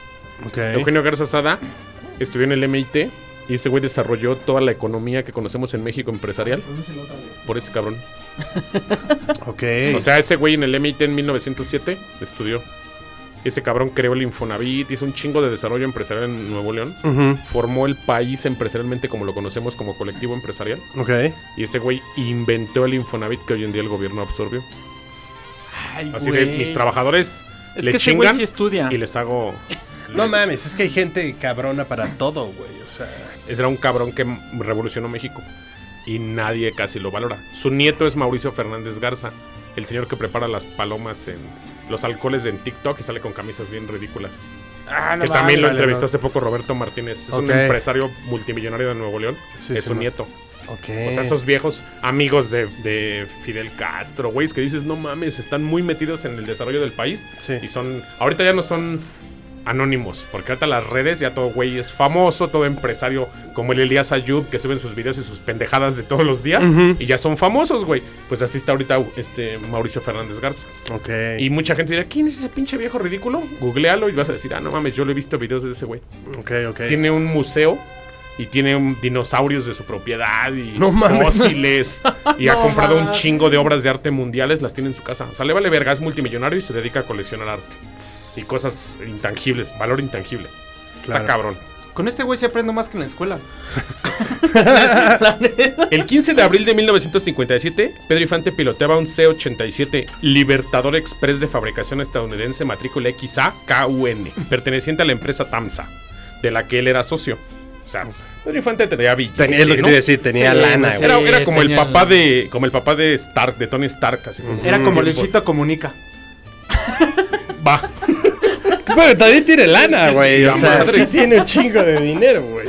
Speaker 3: Ok.
Speaker 1: Eugenio Garza Sada estudió en el MIT y ese güey desarrolló toda la economía que conocemos en México empresarial
Speaker 5: Pronúncialo otra vez.
Speaker 1: por ese cabrón.
Speaker 3: Ok.
Speaker 1: O sea, ese güey en el MIT en 1907 estudió. Ese cabrón creó el Infonavit, hizo un chingo de desarrollo empresarial en Nuevo León.
Speaker 3: Ujú,
Speaker 1: Formó el país empresarialmente como lo conocemos como colectivo empresarial.
Speaker 3: Ok.
Speaker 1: Y ese güey inventó el Infonavit que hoy en día el gobierno absorbió.
Speaker 2: Ay,
Speaker 1: Así de
Speaker 2: güey.
Speaker 1: mis trabajadores
Speaker 2: Es
Speaker 1: le
Speaker 2: que ese güey
Speaker 1: chingan
Speaker 2: sí estudia.
Speaker 1: y les hago.
Speaker 3: No mames, es que hay gente cabrona para todo, güey. O sea.
Speaker 1: Ese era un cabrón que m- revolucionó México y nadie casi lo valora. Su nieto es Mauricio Fernández Garza, el señor que prepara las palomas en los alcoholes en TikTok y sale con camisas bien ridículas.
Speaker 3: Ah,
Speaker 1: que también lo
Speaker 3: vale,
Speaker 1: entrevistó
Speaker 3: no.
Speaker 1: hace poco Roberto Martínez. Es un
Speaker 3: Ok.
Speaker 1: empresario multimillonario de Nuevo León.
Speaker 3: Sí,
Speaker 1: es
Speaker 3: sí,
Speaker 1: su
Speaker 3: no.
Speaker 1: nieto.
Speaker 3: Ok.
Speaker 1: O sea, esos viejos amigos de, de Fidel Castro, güey, que dices, no mames, están muy metidos en el desarrollo del país.
Speaker 3: Sí.
Speaker 1: Y son, ahorita ya no son anónimos, porque ahorita las redes ya todo güey es famoso, todo empresario como el Elías Ayub, que suben sus videos y sus pendejadas de todos los días,
Speaker 3: Ujú.
Speaker 1: y ya son famosos, güey. Pues así está ahorita este Mauricio Fernández Garza.
Speaker 3: Ok.
Speaker 1: Y mucha gente dirá, ¿quién es ese pinche viejo ridículo? Googlealo y vas a decir, ah, no mames, yo lo he visto videos de ese güey.
Speaker 3: Ok, ok.
Speaker 1: Tiene un museo y tiene un- dinosaurios de su propiedad y
Speaker 3: No mames.
Speaker 1: fósiles. Y ha
Speaker 2: No
Speaker 1: comprado un
Speaker 2: mames.
Speaker 1: chingo de obras de arte mundiales, las tiene en su casa. O sea, le vale verga, es multimillonario y se dedica a coleccionar arte. Y cosas intangibles, valor intangible.
Speaker 3: Claro.
Speaker 1: Está cabrón.
Speaker 2: Con este güey se aprendo más que en la escuela.
Speaker 1: El 15 de abril de 1957, Pedro Infante piloteaba un C-87 Libertador Express de fabricación estadounidense matrícula XA-KUN, perteneciente a la empresa TAMSA, de la que él era socio. O sea, Pedro Infante tenía billete,
Speaker 3: Tenía, es lo que
Speaker 1: ¿no?
Speaker 3: te iba a decir, tenía
Speaker 2: Sí,
Speaker 3: lana,
Speaker 2: no sé.
Speaker 3: güey.
Speaker 1: Era, era como el
Speaker 2: tenía
Speaker 1: papá
Speaker 2: el-
Speaker 1: de como el papá de Stark, de Tony Stark, así como
Speaker 2: Era como
Speaker 1: Tiempos.
Speaker 2: Luisito Comunica.
Speaker 1: Va.
Speaker 3: Pero también tiene
Speaker 1: Es
Speaker 3: lana,
Speaker 1: que sí,
Speaker 3: güey. o
Speaker 1: la
Speaker 3: sea,
Speaker 1: madre.
Speaker 3: sí tiene un chingo de dinero, güey.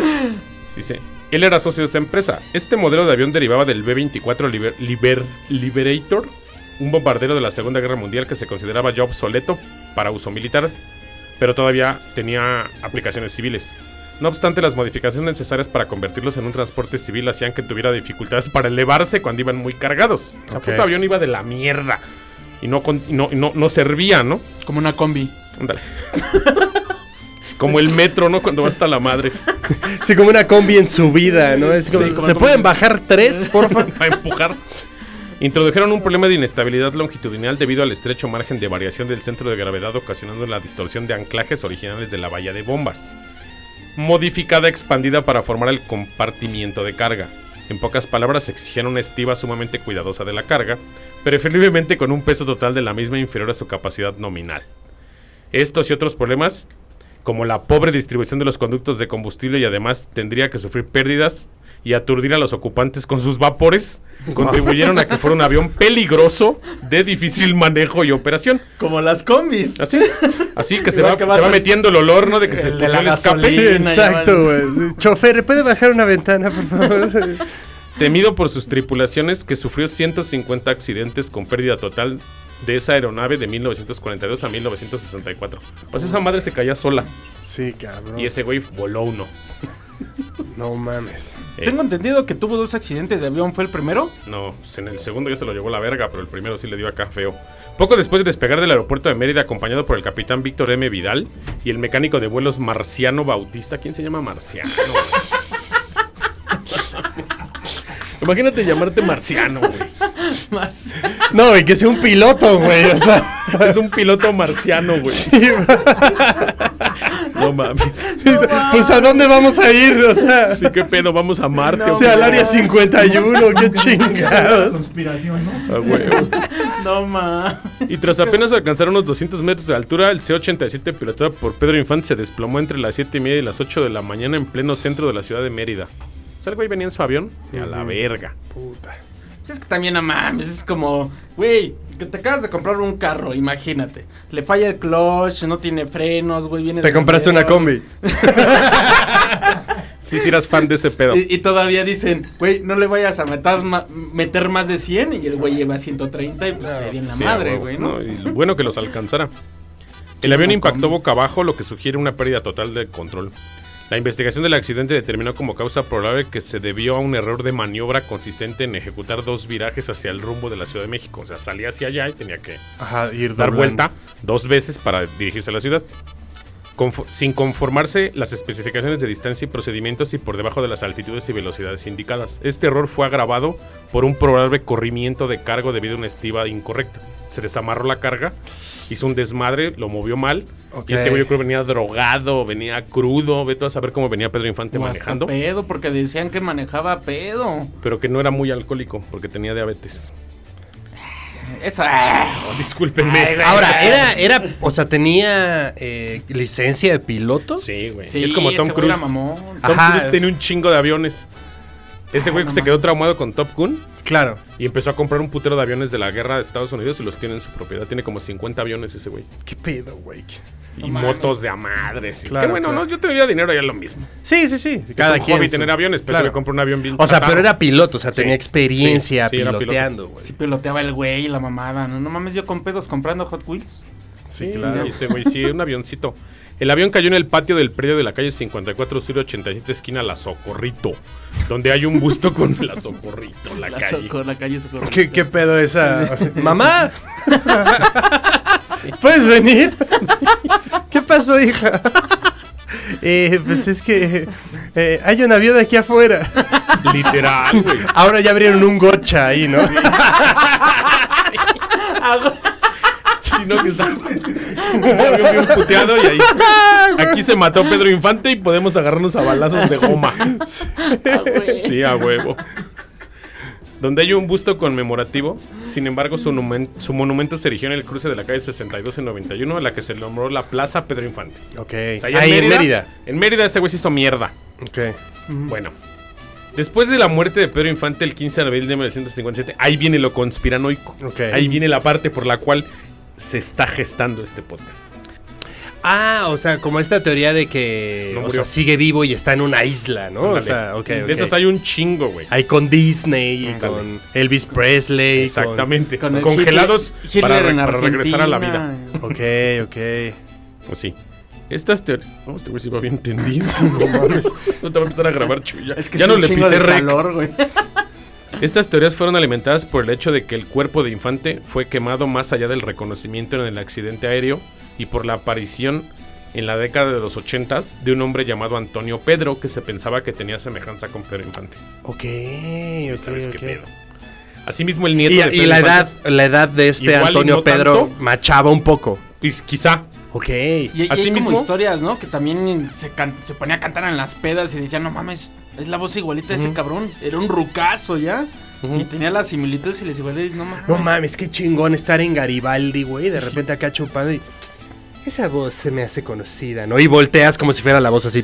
Speaker 1: Dice, él era socio de esta empresa. Este modelo de avión derivaba del B-24 Liber- Liber- Liberator, un bombardero de la Segunda Guerra Mundial que se consideraba ya obsoleto para uso militar, pero todavía tenía aplicaciones civiles. No obstante, las modificaciones necesarias para convertirlos en un transporte civil hacían que tuviera dificultades para elevarse cuando iban muy cargados. O sea,
Speaker 3: Ok.
Speaker 1: puto avión iba de la mierda. Y no, con- y no, y no, no servía, ¿no?
Speaker 2: Como una combi.
Speaker 1: Ándale. Como el metro, ¿no? Cuando va hasta la madre.
Speaker 3: Sí, como una combi en subida, ¿no? Es como-
Speaker 1: Sí, como
Speaker 3: ¿Se
Speaker 1: una
Speaker 3: pueden
Speaker 1: combi.
Speaker 3: bajar tres, porfa?
Speaker 1: Para empujar. Introdujeron un problema de inestabilidad longitudinal debido al estrecho margen de variación del centro de gravedad ocasionando la distorsión de anclajes originales de la valla de bombas. Modificada, expandida para formar el compartimiento de carga. En pocas palabras, exigían una estiva sumamente cuidadosa de la carga, preferiblemente con un peso total de la misma inferior a su capacidad nominal. Estos y otros problemas, como la pobre distribución de los conductos de combustible y además tendría que sufrir pérdidas y aturdir a los ocupantes con sus vapores, contribuyeron a que fuera un avión peligroso de difícil manejo y operación.
Speaker 6: Como las combis.
Speaker 1: Así, así que se
Speaker 6: Igual
Speaker 1: va,
Speaker 6: que va a
Speaker 1: se
Speaker 6: ser
Speaker 1: va metiendo el olor, ¿no? De que se
Speaker 6: el de
Speaker 1: pudrió
Speaker 6: la
Speaker 1: el escape.
Speaker 6: gasolina. Sí,
Speaker 3: Exacto, güey. Chofer, ¿puede bajar una ventana, por favor?
Speaker 1: Temido por sus tripulaciones, que sufrió 150 accidentes con pérdida total de esa aeronave de 1942 a 1964. Pues esa madre se caía sola
Speaker 3: Sí, cabrón.
Speaker 1: y ese güey voló uno.
Speaker 3: No mames.
Speaker 1: Eh,
Speaker 2: Tengo entendido que tuvo dos accidentes de avión, ¿fue el primero?
Speaker 1: No, pues en el segundo ya se lo llevó la verga, pero el primero sí le dio acá feo. Poco después de despegar del aeropuerto de Mérida, acompañado por el capitán Víctor M. Vidal y el mecánico de vuelos Marciano Bautista. ¿Quién se llama Marciano? güey? Imagínate llamarte Marciano, güey.
Speaker 2: Más.
Speaker 3: No, güey, que sea un piloto, güey. O sea,
Speaker 1: Es un piloto marciano, güey. No mames.
Speaker 3: pues ¿a dónde vamos a ir? O sea,
Speaker 1: Sí, qué pedo, vamos a Marte.
Speaker 3: o sea, al
Speaker 1: güey.
Speaker 3: área 51, qué
Speaker 5: La
Speaker 3: chingados.
Speaker 5: conspiración, ¿no?
Speaker 1: Ah, güey.
Speaker 2: No más.
Speaker 1: Y tras apenas alcanzar unos 200 metros de altura, el C-87 pilotado por Pedro Infante se desplomó entre las 7 y media y las 8 de la mañana en pleno centro de la ciudad de Mérida. O sea, el güey venía en su avión y a la verga.
Speaker 2: Pues Es que también, no mames, es como, güey, que te acabas de comprar un carro, imagínate. Le falla el clutch, no tiene frenos, güey, viene
Speaker 3: Te
Speaker 2: de
Speaker 3: compraste una
Speaker 2: cero.
Speaker 3: combi.
Speaker 1: Sí, sí eras fan de ese pedo.
Speaker 2: Y, y todavía dicen, güey, no le vayas a meter, ma- meter más de 100 y el güey lleva 130 y pues se dio en la
Speaker 1: Sí, a
Speaker 2: madre,
Speaker 1: huevo,
Speaker 2: güey, ¿no?
Speaker 1: ¿no? Y lo bueno que los alcanzara. El avión
Speaker 2: como
Speaker 1: impactó
Speaker 2: combi.
Speaker 1: boca abajo, lo que sugiere una pérdida total de control. La investigación del accidente determinó como causa probable que se debió a un error de maniobra consistente en ejecutar dos virajes hacia el rumbo de la Ciudad de México. O sea, salía hacia allá y tenía que
Speaker 3: Ajá, ir
Speaker 1: dar vuelta dos veces para dirigirse a la ciudad. Confo- sin conformarse las especificaciones de distancia y procedimientos y por debajo de las altitudes y velocidades indicadas. Este error fue agravado por un probable corrimiento de cargo debido a una estiva incorrecta. Se desamarró la carga, hizo un desmadre, lo movió mal.
Speaker 3: Ok.
Speaker 1: Y este güey yo creo venía drogado, venía crudo. Vete a saber cómo venía Pedro Infante
Speaker 2: O hasta
Speaker 1: manejando.
Speaker 2: pedo, porque decían que manejaba pedo.
Speaker 1: Pero que no era muy alcohólico porque tenía diabetes.
Speaker 2: Esa.
Speaker 1: Ah, Discúlpenme.
Speaker 3: Ahora, era, era, o sea, tenía eh, licencia de piloto.
Speaker 1: Sí, güey.
Speaker 2: Sí,
Speaker 1: es como Tom
Speaker 2: ese güey
Speaker 1: Cruise.
Speaker 2: era
Speaker 1: Ah.
Speaker 2: mamón.
Speaker 1: Tom
Speaker 3: Ajá,
Speaker 1: Cruise
Speaker 3: es-
Speaker 1: tiene un chingo de aviones. Ese
Speaker 2: Ah,
Speaker 1: güey
Speaker 2: no
Speaker 1: se
Speaker 2: mames.
Speaker 1: quedó traumado con Top Gun
Speaker 3: Claro.
Speaker 1: y empezó a comprar un putero de aviones de la guerra de Estados Unidos y los tiene en su propiedad. Tiene como 50 aviones ese güey.
Speaker 3: Qué pedo, güey.
Speaker 1: Y
Speaker 2: No mames.
Speaker 1: motos de a madres. y-
Speaker 3: Claro,
Speaker 1: Qué bueno,
Speaker 3: claro.
Speaker 1: ¿no? Yo te debía dinero ya lo mismo.
Speaker 3: Sí, sí, sí.
Speaker 1: es un hobby
Speaker 3: su-
Speaker 1: tener aviones, pero
Speaker 3: Claro.
Speaker 1: le compró un avión bien
Speaker 3: O sea,
Speaker 1: chatarra.
Speaker 3: pero era piloto, o sea,
Speaker 1: Sí,
Speaker 3: tenía experiencia
Speaker 1: sí, sí, era piloto.
Speaker 3: piloteando, güey.
Speaker 2: Sí piloteaba el güey y la mamada, ¿no? No mames, yo con pedos comprando Hot Wheels.
Speaker 1: Sí, y ese güey, sí, un avioncito. El avión cayó en el patio del predio de la calle 54 Sur 87 esquina La Socorrito, donde hay un busto con La Socorrito, la,
Speaker 2: La,
Speaker 1: calle.
Speaker 2: Socor- la calle Socorro.
Speaker 3: ¿Qué, qué pedo esa? o sea, ¡Mamá! ¿Puedes venir? ¿Qué pasó, hija? Eh, pues es que eh, hay un avión aquí afuera.
Speaker 1: Literal, güey.
Speaker 3: Ahora ya abrieron un gocha ahí, ¿no?
Speaker 1: Sí, no, que está. Un avión bien puteado y ahí. Aquí se mató Pedro Infante y podemos agarrarnos a balazos de goma.
Speaker 2: Ah, güey.
Speaker 1: Sí, a huevo. Donde hay un busto conmemorativo, sin embargo, su, numen- su monumento se erigió en el cruce de la calle 62 y 91, a la que se nombró la Plaza Pedro Infante.
Speaker 3: Ok.
Speaker 1: O sea, allá Ah, En Mérida ese güey se hizo mierda.
Speaker 3: Ok.
Speaker 1: Bueno. Después de la muerte de Pedro Infante el 15 de abril de 1957, ahí viene lo conspiranoico.
Speaker 3: Ok.
Speaker 1: Ahí viene la parte por la cual se está gestando este podcast.
Speaker 3: Ah, o sea, como esta teoría de que
Speaker 1: No
Speaker 3: o
Speaker 1: murió.
Speaker 3: sea, sigue vivo y está en una isla, ¿no? O
Speaker 1: Ándale.
Speaker 3: sea, ok. ok.
Speaker 1: De esos hay un chingo, güey.
Speaker 3: Ahí con Disney, y
Speaker 1: Ándale.
Speaker 3: con Elvis Presley. con-
Speaker 1: Exactamente.
Speaker 2: Con el
Speaker 1: Congelados
Speaker 2: Hitler-
Speaker 1: para,
Speaker 2: Hitler
Speaker 1: re-
Speaker 2: en
Speaker 1: para regresar a la vida.
Speaker 2: Argentina.
Speaker 3: Ok, ok.
Speaker 1: Así. Estas teorías. No, este güey sí va bien tendido. No mames. No te va a empezar a grabar chulla.
Speaker 2: Es que
Speaker 1: ya
Speaker 2: es
Speaker 1: no
Speaker 2: un
Speaker 1: le
Speaker 2: chingo
Speaker 1: pisé
Speaker 2: de
Speaker 1: rec.
Speaker 2: calor, güey.
Speaker 1: Estas teorías fueron alimentadas por el hecho de que el cuerpo de Infante fue quemado más allá del reconocimiento en el accidente aéreo y por la aparición en la década de los 80 de un hombre llamado Antonio Pedro que se pensaba que tenía semejanza con Pedro Infante.
Speaker 3: Ok, ok,
Speaker 1: ¿Sabes qué
Speaker 3: ok.
Speaker 1: pedo? Asimismo, el nieto
Speaker 3: Y,
Speaker 1: de
Speaker 3: y
Speaker 1: Pedro
Speaker 3: la edad,
Speaker 1: Infante-
Speaker 3: la edad de este
Speaker 1: Igual y
Speaker 3: Antonio
Speaker 1: no
Speaker 3: Pedro
Speaker 1: tanto.
Speaker 3: machaba un poco.
Speaker 1: Y quizá.
Speaker 3: Ok.
Speaker 2: Y, y hay
Speaker 1: Asimismo-
Speaker 2: como historias, ¿no? Que también se, can- se ponía a cantar en las pedas y decían, no mames, es la voz igualita de este cabrón. Era un rucazo ya. Y tenía las similitudes y les igualé, no mames.
Speaker 3: No mames, qué chingón estar en Garibaldi, güey. De repente acá chupando y. Esa voz se me hace conocida, ¿no? Y volteas como si fuera la voz así.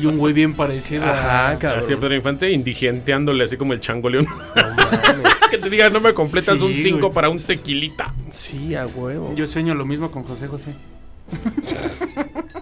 Speaker 2: Y un güey bien parecido. a-
Speaker 3: Ajá, cabrón.
Speaker 1: Así a Pedro Infante, indigenteándole así como el chango león.
Speaker 3: No mames.
Speaker 1: que te diga, no me completas
Speaker 2: Sí,
Speaker 1: un 5
Speaker 2: güey.
Speaker 1: para un tequilita.
Speaker 3: Sí, a huevo.
Speaker 2: Yo sueño lo mismo con José José.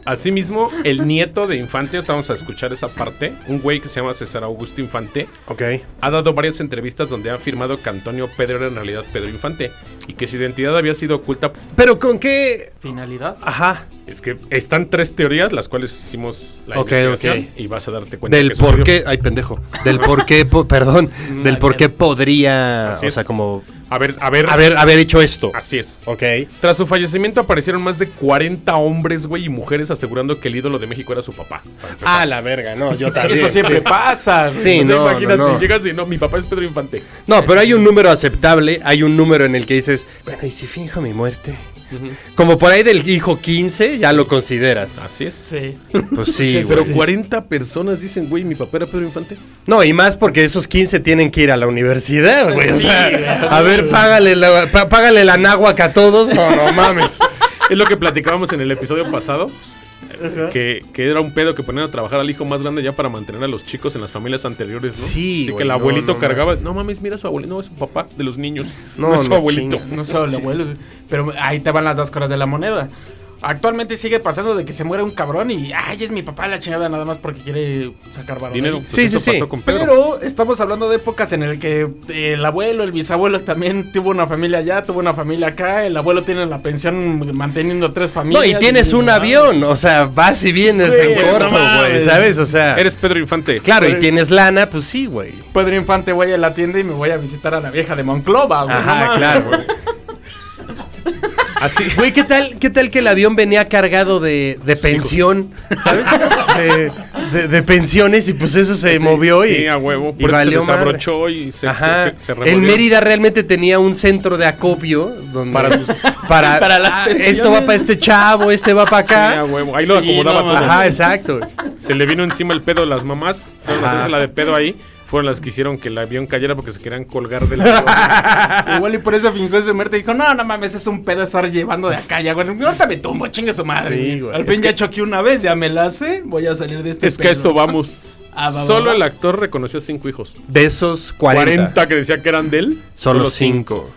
Speaker 1: Asimismo, el nieto de Infante, ahorita vamos a escuchar esa parte, un güey que se llama César Augusto Infante,
Speaker 3: Ok.
Speaker 1: ha dado varias entrevistas donde ha afirmado que Antonio Pedro era en realidad Pedro Infante y que su identidad había sido oculta.
Speaker 3: Pero con qué.
Speaker 2: Finalidad.
Speaker 3: Ajá.
Speaker 1: Es que están tres teorías, las cuales hicimos la
Speaker 3: Ok,
Speaker 1: investigación
Speaker 3: ok.
Speaker 1: y vas a darte cuenta
Speaker 3: Del
Speaker 1: que
Speaker 3: por
Speaker 1: sucedió.
Speaker 3: qué. Ay, pendejo. Del por qué. po- perdón. Del por qué podría.
Speaker 1: Así
Speaker 3: o
Speaker 1: es.
Speaker 3: sea, como.
Speaker 1: A ver, a ver,
Speaker 3: Haber, haber hecho esto.
Speaker 1: Así es.
Speaker 3: Ok.
Speaker 1: Tras su fallecimiento aparecieron más de 40 hombres, güey, y mujeres asegurando que el ídolo de México era su papá. Para empezar.
Speaker 3: Ah, la verga, no, yo también.
Speaker 2: Eso siempre pasa. güey.
Speaker 3: Sí,
Speaker 1: O sea,
Speaker 3: no,
Speaker 1: imagínate,
Speaker 3: no, no.
Speaker 1: llegas y no, mi papá es Pedro Infante.
Speaker 3: No, pero hay un número aceptable, hay un número en el que dices, bueno, ¿y si finjo mi muerte? Como por ahí del hijo 15, ya lo consideras.
Speaker 1: Así es.
Speaker 2: Sí.
Speaker 3: Pues sí,
Speaker 2: Sí,
Speaker 1: Pero
Speaker 3: güey.
Speaker 1: 40 personas dicen, güey, mi papá era Pedro Infante.
Speaker 3: No, y más porque esos 15 tienen que ir a la universidad, güey. o
Speaker 2: Sí,
Speaker 3: sea,
Speaker 2: güey.
Speaker 3: a ver, págale la, pá- págale la náhuac a todos. No, no mames.
Speaker 1: Es lo que platicábamos en el episodio pasado. Que, que era un pedo que ponían a trabajar al hijo más grande ya para mantener a los chicos en las familias anteriores, ¿no?
Speaker 3: Sí,
Speaker 1: Así que
Speaker 3: güey,
Speaker 1: el
Speaker 3: no,
Speaker 1: abuelito
Speaker 3: no, no.
Speaker 1: cargaba. No mames, mira a su abuelito, no es su papá de los niños.
Speaker 3: No,
Speaker 1: No, es su
Speaker 3: no,
Speaker 1: abuelito.
Speaker 3: chinga.
Speaker 2: No solo el abuelo. Pero ahí te van las dos caras de la moneda. Actualmente sigue pasando de que se muere un cabrón y ay es mi papá la chingada nada más porque quiere sacar varón.
Speaker 1: Dinero.
Speaker 2: ahí.
Speaker 1: Pues
Speaker 3: Sí,
Speaker 1: eso
Speaker 3: sí, sí.
Speaker 1: pasó con Pedro.
Speaker 2: Pero estamos hablando de épocas en el que eh, el abuelo, el bisabuelo también tuvo una familia allá, tuvo una familia acá, el abuelo tiene la pensión manteniendo tres
Speaker 3: No,
Speaker 2: familias.
Speaker 3: y tienes un
Speaker 2: no,
Speaker 3: avión, o sea, vas y vienes
Speaker 2: Güey,
Speaker 3: en
Speaker 2: no
Speaker 3: corto, güey,
Speaker 2: mames.
Speaker 3: ¿sabes? O sea,
Speaker 1: Eres Pedro Infante.
Speaker 3: ah, claro, y tienes lana, pues sí, güey.
Speaker 2: Pedro Infante voy a la tienda y me voy a visitar a la vieja de Monclova, güey. No
Speaker 3: Ajá,
Speaker 2: mames.
Speaker 3: claro. Así. Güey, ¿qué tal, ¿qué tal que el avión venía cargado de, de pensión? ¿Sabes? De, de- de pensiones y pues eso se movió y.
Speaker 1: Sí, a huevo.
Speaker 3: y
Speaker 1: Por eso se
Speaker 3: valió
Speaker 1: desabrochó y se,
Speaker 3: Ajá.
Speaker 1: se, se- se revolvió.
Speaker 3: en Mérida realmente tenía un centro de acopio donde
Speaker 1: Para sus-
Speaker 3: para,
Speaker 2: Para las
Speaker 3: ah,
Speaker 2: pensiones.
Speaker 3: esto va para este chavo, este va para acá.
Speaker 1: Sí, a huevo. Ahí lo acomodaba todo.
Speaker 3: Ajá, exacto.
Speaker 1: Se le vino encima el pedo a las mamás. Fueron a
Speaker 3: Ajá.
Speaker 1: hacerse la de pedo ahí. Fueron las que hicieron que el avión cayera porque se querían colgar del avión.
Speaker 2: "Ah". Igual y por eso fingió su muerte y dijo, no, no mames, es un pedo estar llevando de acá ya, güey. Ahorita me tumbo, chinga su madre.
Speaker 3: Sí, güey.
Speaker 2: Al fin ya choqué una vez, ya me la sé, voy a salir de este
Speaker 1: es que a
Speaker 2: pedo.
Speaker 1: eso vamos.
Speaker 2: Ah, va, va,
Speaker 1: Solo
Speaker 2: va.
Speaker 1: el actor reconoció cinco hijos.
Speaker 3: De esos 40,
Speaker 1: 40, que decía que eran de él.
Speaker 3: solo 5.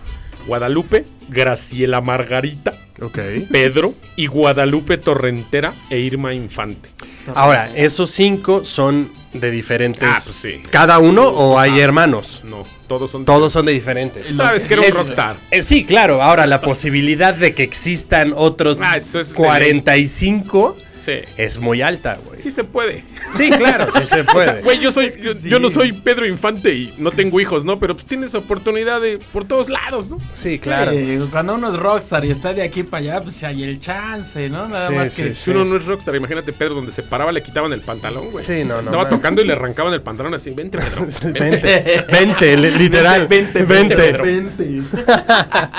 Speaker 1: Guadalupe, Graciela Margarita,
Speaker 3: Ok.
Speaker 1: Pedro y Guadalupe Torrentera e Irma Infante.
Speaker 3: Ahora, esos 5 son de diferentes.
Speaker 1: Ah, pues sí.
Speaker 3: ¿Cada uno o hay hermanos?
Speaker 1: No, todos son
Speaker 3: Todos son de diferentes.
Speaker 1: Sabes que era un rockstar.
Speaker 3: Eh, sí, claro. Ahora, la posibilidad de que existan otros
Speaker 1: Ah, eso es de
Speaker 3: 45
Speaker 1: Sí.
Speaker 3: es muy alta, güey.
Speaker 1: Sí se puede.
Speaker 3: Sí, claro, sí se
Speaker 1: O sea,
Speaker 3: puede.
Speaker 1: güey, yo soy yo, yo no soy Pedro Infante y no tengo hijos, ¿no? Pero pues tienes oportunidad de por todos lados, ¿no?
Speaker 3: Sí, claro.
Speaker 2: Claro. cuando uno es rockstar y está de aquí para allá, pues hay el chance, ¿no? Nada
Speaker 3: Sí,
Speaker 2: más
Speaker 3: sí,
Speaker 2: que.
Speaker 3: sí.
Speaker 1: Si uno no es rockstar, imagínate Pedro, donde se paraba le quitaban el pantalón, güey.
Speaker 3: Sí, no, no,
Speaker 1: Estaba
Speaker 3: man.
Speaker 1: tocando y le arrancaban el pantalón así, vente, Pedro. Vente.
Speaker 3: Vente, vente, li- literal. Vente, vente.